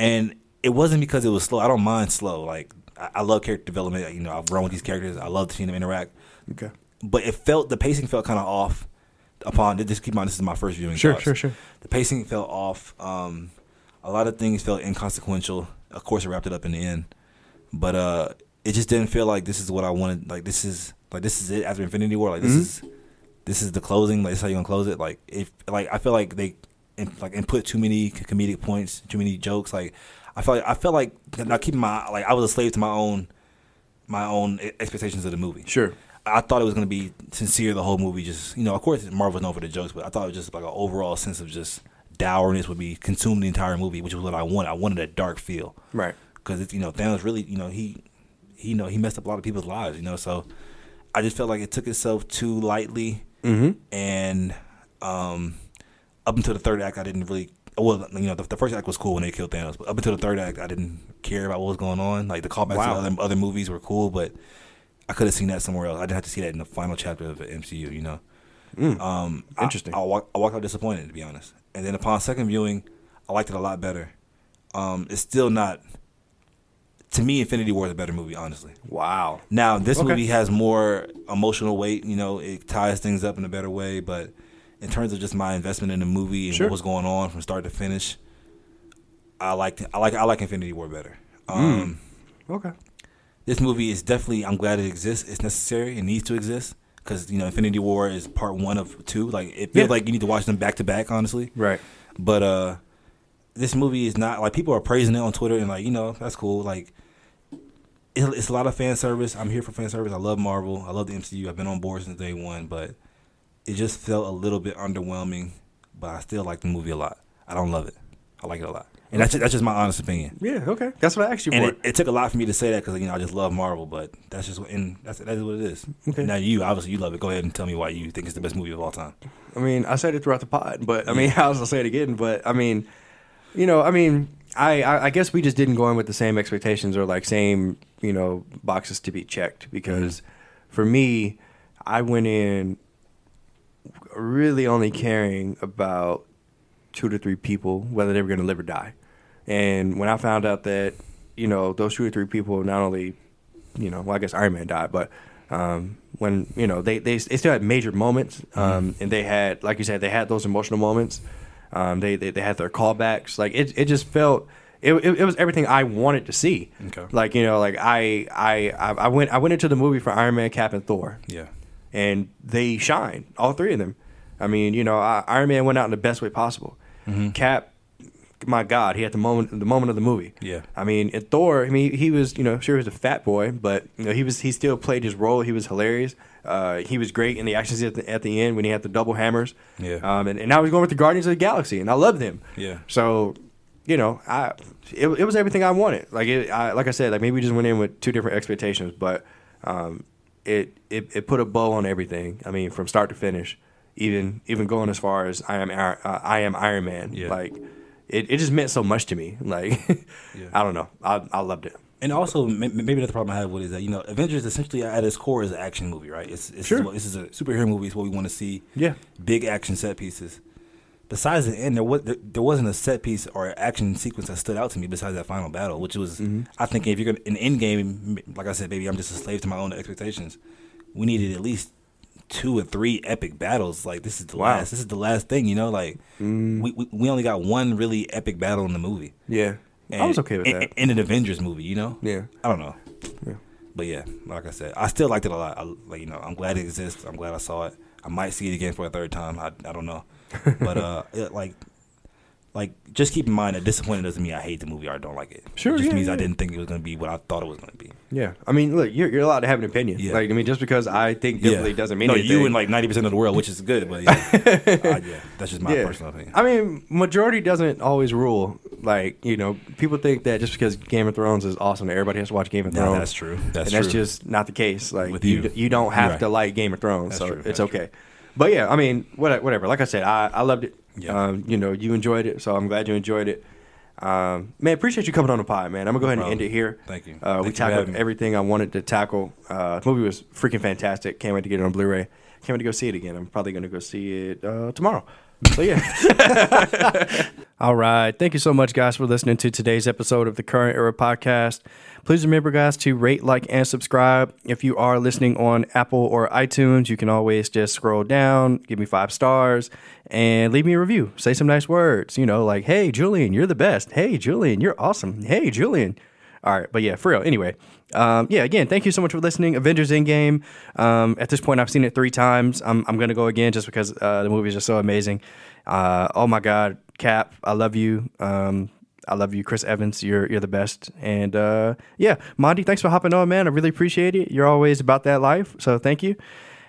[SPEAKER 2] and it wasn't because it was slow I don't mind slow like I, I love character development you know I've grown with these characters I love seeing them interact
[SPEAKER 1] okay,
[SPEAKER 2] but it felt the pacing felt kind of off. Upon just keep in mind, this is my first viewing.
[SPEAKER 1] Sure,
[SPEAKER 2] thoughts.
[SPEAKER 1] sure, sure.
[SPEAKER 2] The pacing felt off. Um, a lot of things felt inconsequential. Of course, it wrapped it up in the end, but uh, it just didn't feel like this is what I wanted. Like this is like this is it after Infinity War. Like this
[SPEAKER 1] Mm-hmm.
[SPEAKER 2] is this is the closing. Like this is how you gonna close it. Like if like I feel like they in, like input too many c- comedic points, too many jokes. Like I felt like, I felt like now keep in mind like I was a slave to my own my own e- expectations of the movie.
[SPEAKER 1] sure.
[SPEAKER 2] I thought it was gonna be sincere the whole movie. Just you know, of course Marvel's known for the jokes, but I thought it was just like an overall sense of just dourness would be consumed the entire movie, which was what I wanted. I wanted a dark feel
[SPEAKER 1] Right.
[SPEAKER 2] because you know Thanos really you know he he you know he messed up a lot of people's lives. You know, so I just felt like it took itself too lightly,
[SPEAKER 1] Mm-hmm.
[SPEAKER 2] and um, up until the third act, I didn't really. Well, you know, the, the first act was cool when they killed Thanos, but up until the third act, I didn't care about what was going on. Like the callbacks
[SPEAKER 1] Wow.
[SPEAKER 2] to other, other movies were cool, but I could have seen that somewhere else. I didn't have to see that in the final chapter of the MCU. You know, um, I-
[SPEAKER 1] Interesting.
[SPEAKER 2] I, walk, I walked out disappointed to be honest. And then upon second viewing, I liked it a lot better. Um, it's still not. To me, Infinity War is a better movie, honestly.
[SPEAKER 1] Wow.
[SPEAKER 2] Now this
[SPEAKER 1] Okay.
[SPEAKER 2] movie has more emotional weight. You know, it ties things up in a better way. But in terms of just my investment in the movie and
[SPEAKER 1] Sure.
[SPEAKER 2] what was going on from start to finish, I liked I like I like Infinity War better.
[SPEAKER 1] Mm.
[SPEAKER 2] Um,
[SPEAKER 1] Okay.
[SPEAKER 2] This movie is definitely I'm glad it exists. It's necessary. It needs to exist because you know Infinity War is part one of two. Like it feels
[SPEAKER 1] Yeah.
[SPEAKER 2] like you need to watch them back to back. Honestly,
[SPEAKER 1] Right.
[SPEAKER 2] but uh this movie is not like people are praising it on Twitter and like, you know, that's cool. Like it, it's a lot of fan service. I'm here for fan service. I love Marvel. I love the MCU. I've been on board since day one, but it just felt a little bit underwhelming. But I still like the movie a lot. I don't love it. I like it a lot, and that's just, that's just my honest opinion.
[SPEAKER 1] Yeah, okay. That's what I asked you
[SPEAKER 2] And
[SPEAKER 1] for.
[SPEAKER 2] it, it took a lot for me to say that because you know I just love Marvel, but that's just what and that's that is what it is.
[SPEAKER 1] Okay.
[SPEAKER 2] Now you obviously you love it. Go ahead and tell me why you think it's the best movie of all time.
[SPEAKER 1] I mean, I said it throughout the pod, but I mean, <laughs> I was gonna say it again, but I mean, you know, I mean, I, I, I guess we just didn't go in with the same expectations or like same, you know, boxes to be checked because
[SPEAKER 2] Mm-hmm.
[SPEAKER 1] for me, I went in really only caring about two to three people, whether they were going to live or die. And when I found out that, you know, those two or three people not only, you know, well, I guess Iron Man died, but um, when, you know, they, they, they still had major moments. Um, And they had, like you said, they had those emotional moments. Um, they, they, they had their callbacks. Like, it, it just felt. It, it, it was everything I wanted to see.
[SPEAKER 2] Okay.
[SPEAKER 1] Like you know, like I, I I I went I went into the movie for Iron Man, Cap, and Thor
[SPEAKER 2] Yeah.
[SPEAKER 1] and they shine, all three of them. I mean, you know, I, Iron Man went out in the best way possible.
[SPEAKER 2] Mm-hmm.
[SPEAKER 1] Cap, my God, he had the moment, the moment of the movie.
[SPEAKER 2] Yeah.
[SPEAKER 1] I mean, and Thor, I mean, he was, you know, sure he was a fat boy, but you know, he was, he still played his role. He was hilarious. Uh, he was great in the actions at the, at the end when he had the double hammers.
[SPEAKER 2] Yeah.
[SPEAKER 1] Um, and, and I was going with the Guardians of the Galaxy, and I loved him.
[SPEAKER 2] Yeah.
[SPEAKER 1] So, you know, I it, it was everything I wanted. Like it, I, like I said, like maybe we just went in with two different expectations, but um, it, it it put a bow on everything. I mean, from start to finish, even even going as far as I am Iron- uh, I am Iron Man.
[SPEAKER 2] Yeah.
[SPEAKER 1] Like it, it just meant so much to me. <laughs> Like I don't know, I I loved it.
[SPEAKER 2] And also, may- maybe that's the problem I have with it is that you know, Avengers essentially at its core is an action movie, right? It's, it's
[SPEAKER 1] Sure.
[SPEAKER 2] This is a superhero movie. It's what we want to see.
[SPEAKER 1] Yeah.
[SPEAKER 2] Big action set pieces. Besides the end, there was there, there wasn't a set piece or action sequence that stood out to me besides that final battle, which was
[SPEAKER 1] Mm-hmm.
[SPEAKER 2] I think if you're gonna in end game, like I said, maybe I'm just a slave to my own expectations. We needed at least two or three epic battles. Like this is the
[SPEAKER 1] Wow. Mm.
[SPEAKER 2] last. This is the last thing, you know. Like we, we we only got one really epic battle in the movie.
[SPEAKER 1] Yeah, I
[SPEAKER 2] And-
[SPEAKER 1] was okay with <laughs>
[SPEAKER 2] and-
[SPEAKER 1] that.
[SPEAKER 2] In an Avengers movie, you know?
[SPEAKER 1] Yeah.
[SPEAKER 2] I don't know.
[SPEAKER 1] Yeah.
[SPEAKER 2] But yeah, like I said, I still liked it a lot. I, like you know, I'm glad it exists. I'm glad I saw it. I might see it again for a third time. I, I
[SPEAKER 1] <laughs>
[SPEAKER 2] don't know, but uh, it, like, like just keep in mind that disappointed doesn't mean I hate the movie or I don't like it.
[SPEAKER 1] Sure,
[SPEAKER 2] it just
[SPEAKER 1] yeah,
[SPEAKER 2] means I
[SPEAKER 1] yeah.
[SPEAKER 2] didn't think it was gonna be what I thought it was gonna be.
[SPEAKER 1] Yeah, I mean, look, you're, you're allowed to have an opinion.
[SPEAKER 2] Yeah.
[SPEAKER 1] Like I mean, just because I think differently doesn't mean
[SPEAKER 2] no.
[SPEAKER 1] anything.
[SPEAKER 2] You and like 90 percent of the world, which is good,
[SPEAKER 1] <laughs>
[SPEAKER 2] but yeah, I, yeah that's just my personal opinion.
[SPEAKER 1] I mean, majority doesn't always rule. Like, you know, people think that just because Game of Thrones is awesome, that everybody has to watch Game of
[SPEAKER 2] No,
[SPEAKER 1] Thrones.
[SPEAKER 2] that's true. That's
[SPEAKER 1] and that's
[SPEAKER 2] true.
[SPEAKER 1] just not the case. Like,
[SPEAKER 2] With
[SPEAKER 1] you.
[SPEAKER 2] you.
[SPEAKER 1] d- you don't have
[SPEAKER 2] Right.
[SPEAKER 1] to like Game of Thrones,
[SPEAKER 2] That's
[SPEAKER 1] so
[SPEAKER 2] true.
[SPEAKER 1] it's
[SPEAKER 2] That's true.
[SPEAKER 1] okay. But yeah, I mean, what- whatever. Like I said, I, I loved it.
[SPEAKER 2] Yeah.
[SPEAKER 1] Um, you know, you enjoyed it, so I'm glad you enjoyed it. Um, man, appreciate you coming on the pod, man. I'm gonna go ahead and end
[SPEAKER 2] problem.
[SPEAKER 1] it here.
[SPEAKER 2] Thank
[SPEAKER 1] Uh,
[SPEAKER 2] you.
[SPEAKER 1] we
[SPEAKER 2] Thank you for having
[SPEAKER 1] tackled
[SPEAKER 2] me.
[SPEAKER 1] everything I wanted to tackle. Uh, the movie was freaking fantastic. Can't wait to get it on Blu-ray. Can't wait to go see it again. I'm probably gonna go see it uh, tomorrow. So yeah. All right. Thank you so much, guys, for listening to today's episode of the Current Era Podcast. Please remember, guys, to rate, like, and subscribe. If you are listening on Apple or iTunes, you can always just scroll down, give me five stars, and leave me a review. Say some nice words, you know, like, hey, Julian, you're the best. Hey, Julian, you're awesome. Hey, Julian. All right, but yeah, for real. Anyway, um, yeah, again, thank you so much for listening. Avengers Endgame. Um, at this point, I've seen it three times. I'm, I'm gonna go again just because uh, the movie is just so amazing. Uh, oh my God, Cap, I love you. Um, I love you, Chris Evans. You're you're the best. And uh, yeah, Monty, thanks for hopping on, man. I really appreciate it. You're always about that life, so thank you.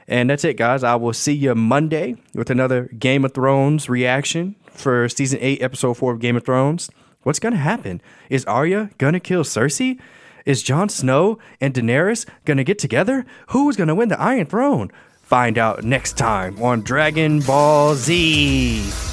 [SPEAKER 1] And that's it, guys. I will see you Monday with another Game of Thrones reaction for season eight, episode four of Game of Thrones. What's gonna happen? Is Arya gonna kill Cersei? Is Jon Snow and Daenerys gonna get together? Who's gonna win the Iron Throne? Find out next time on Dragon Ball Z.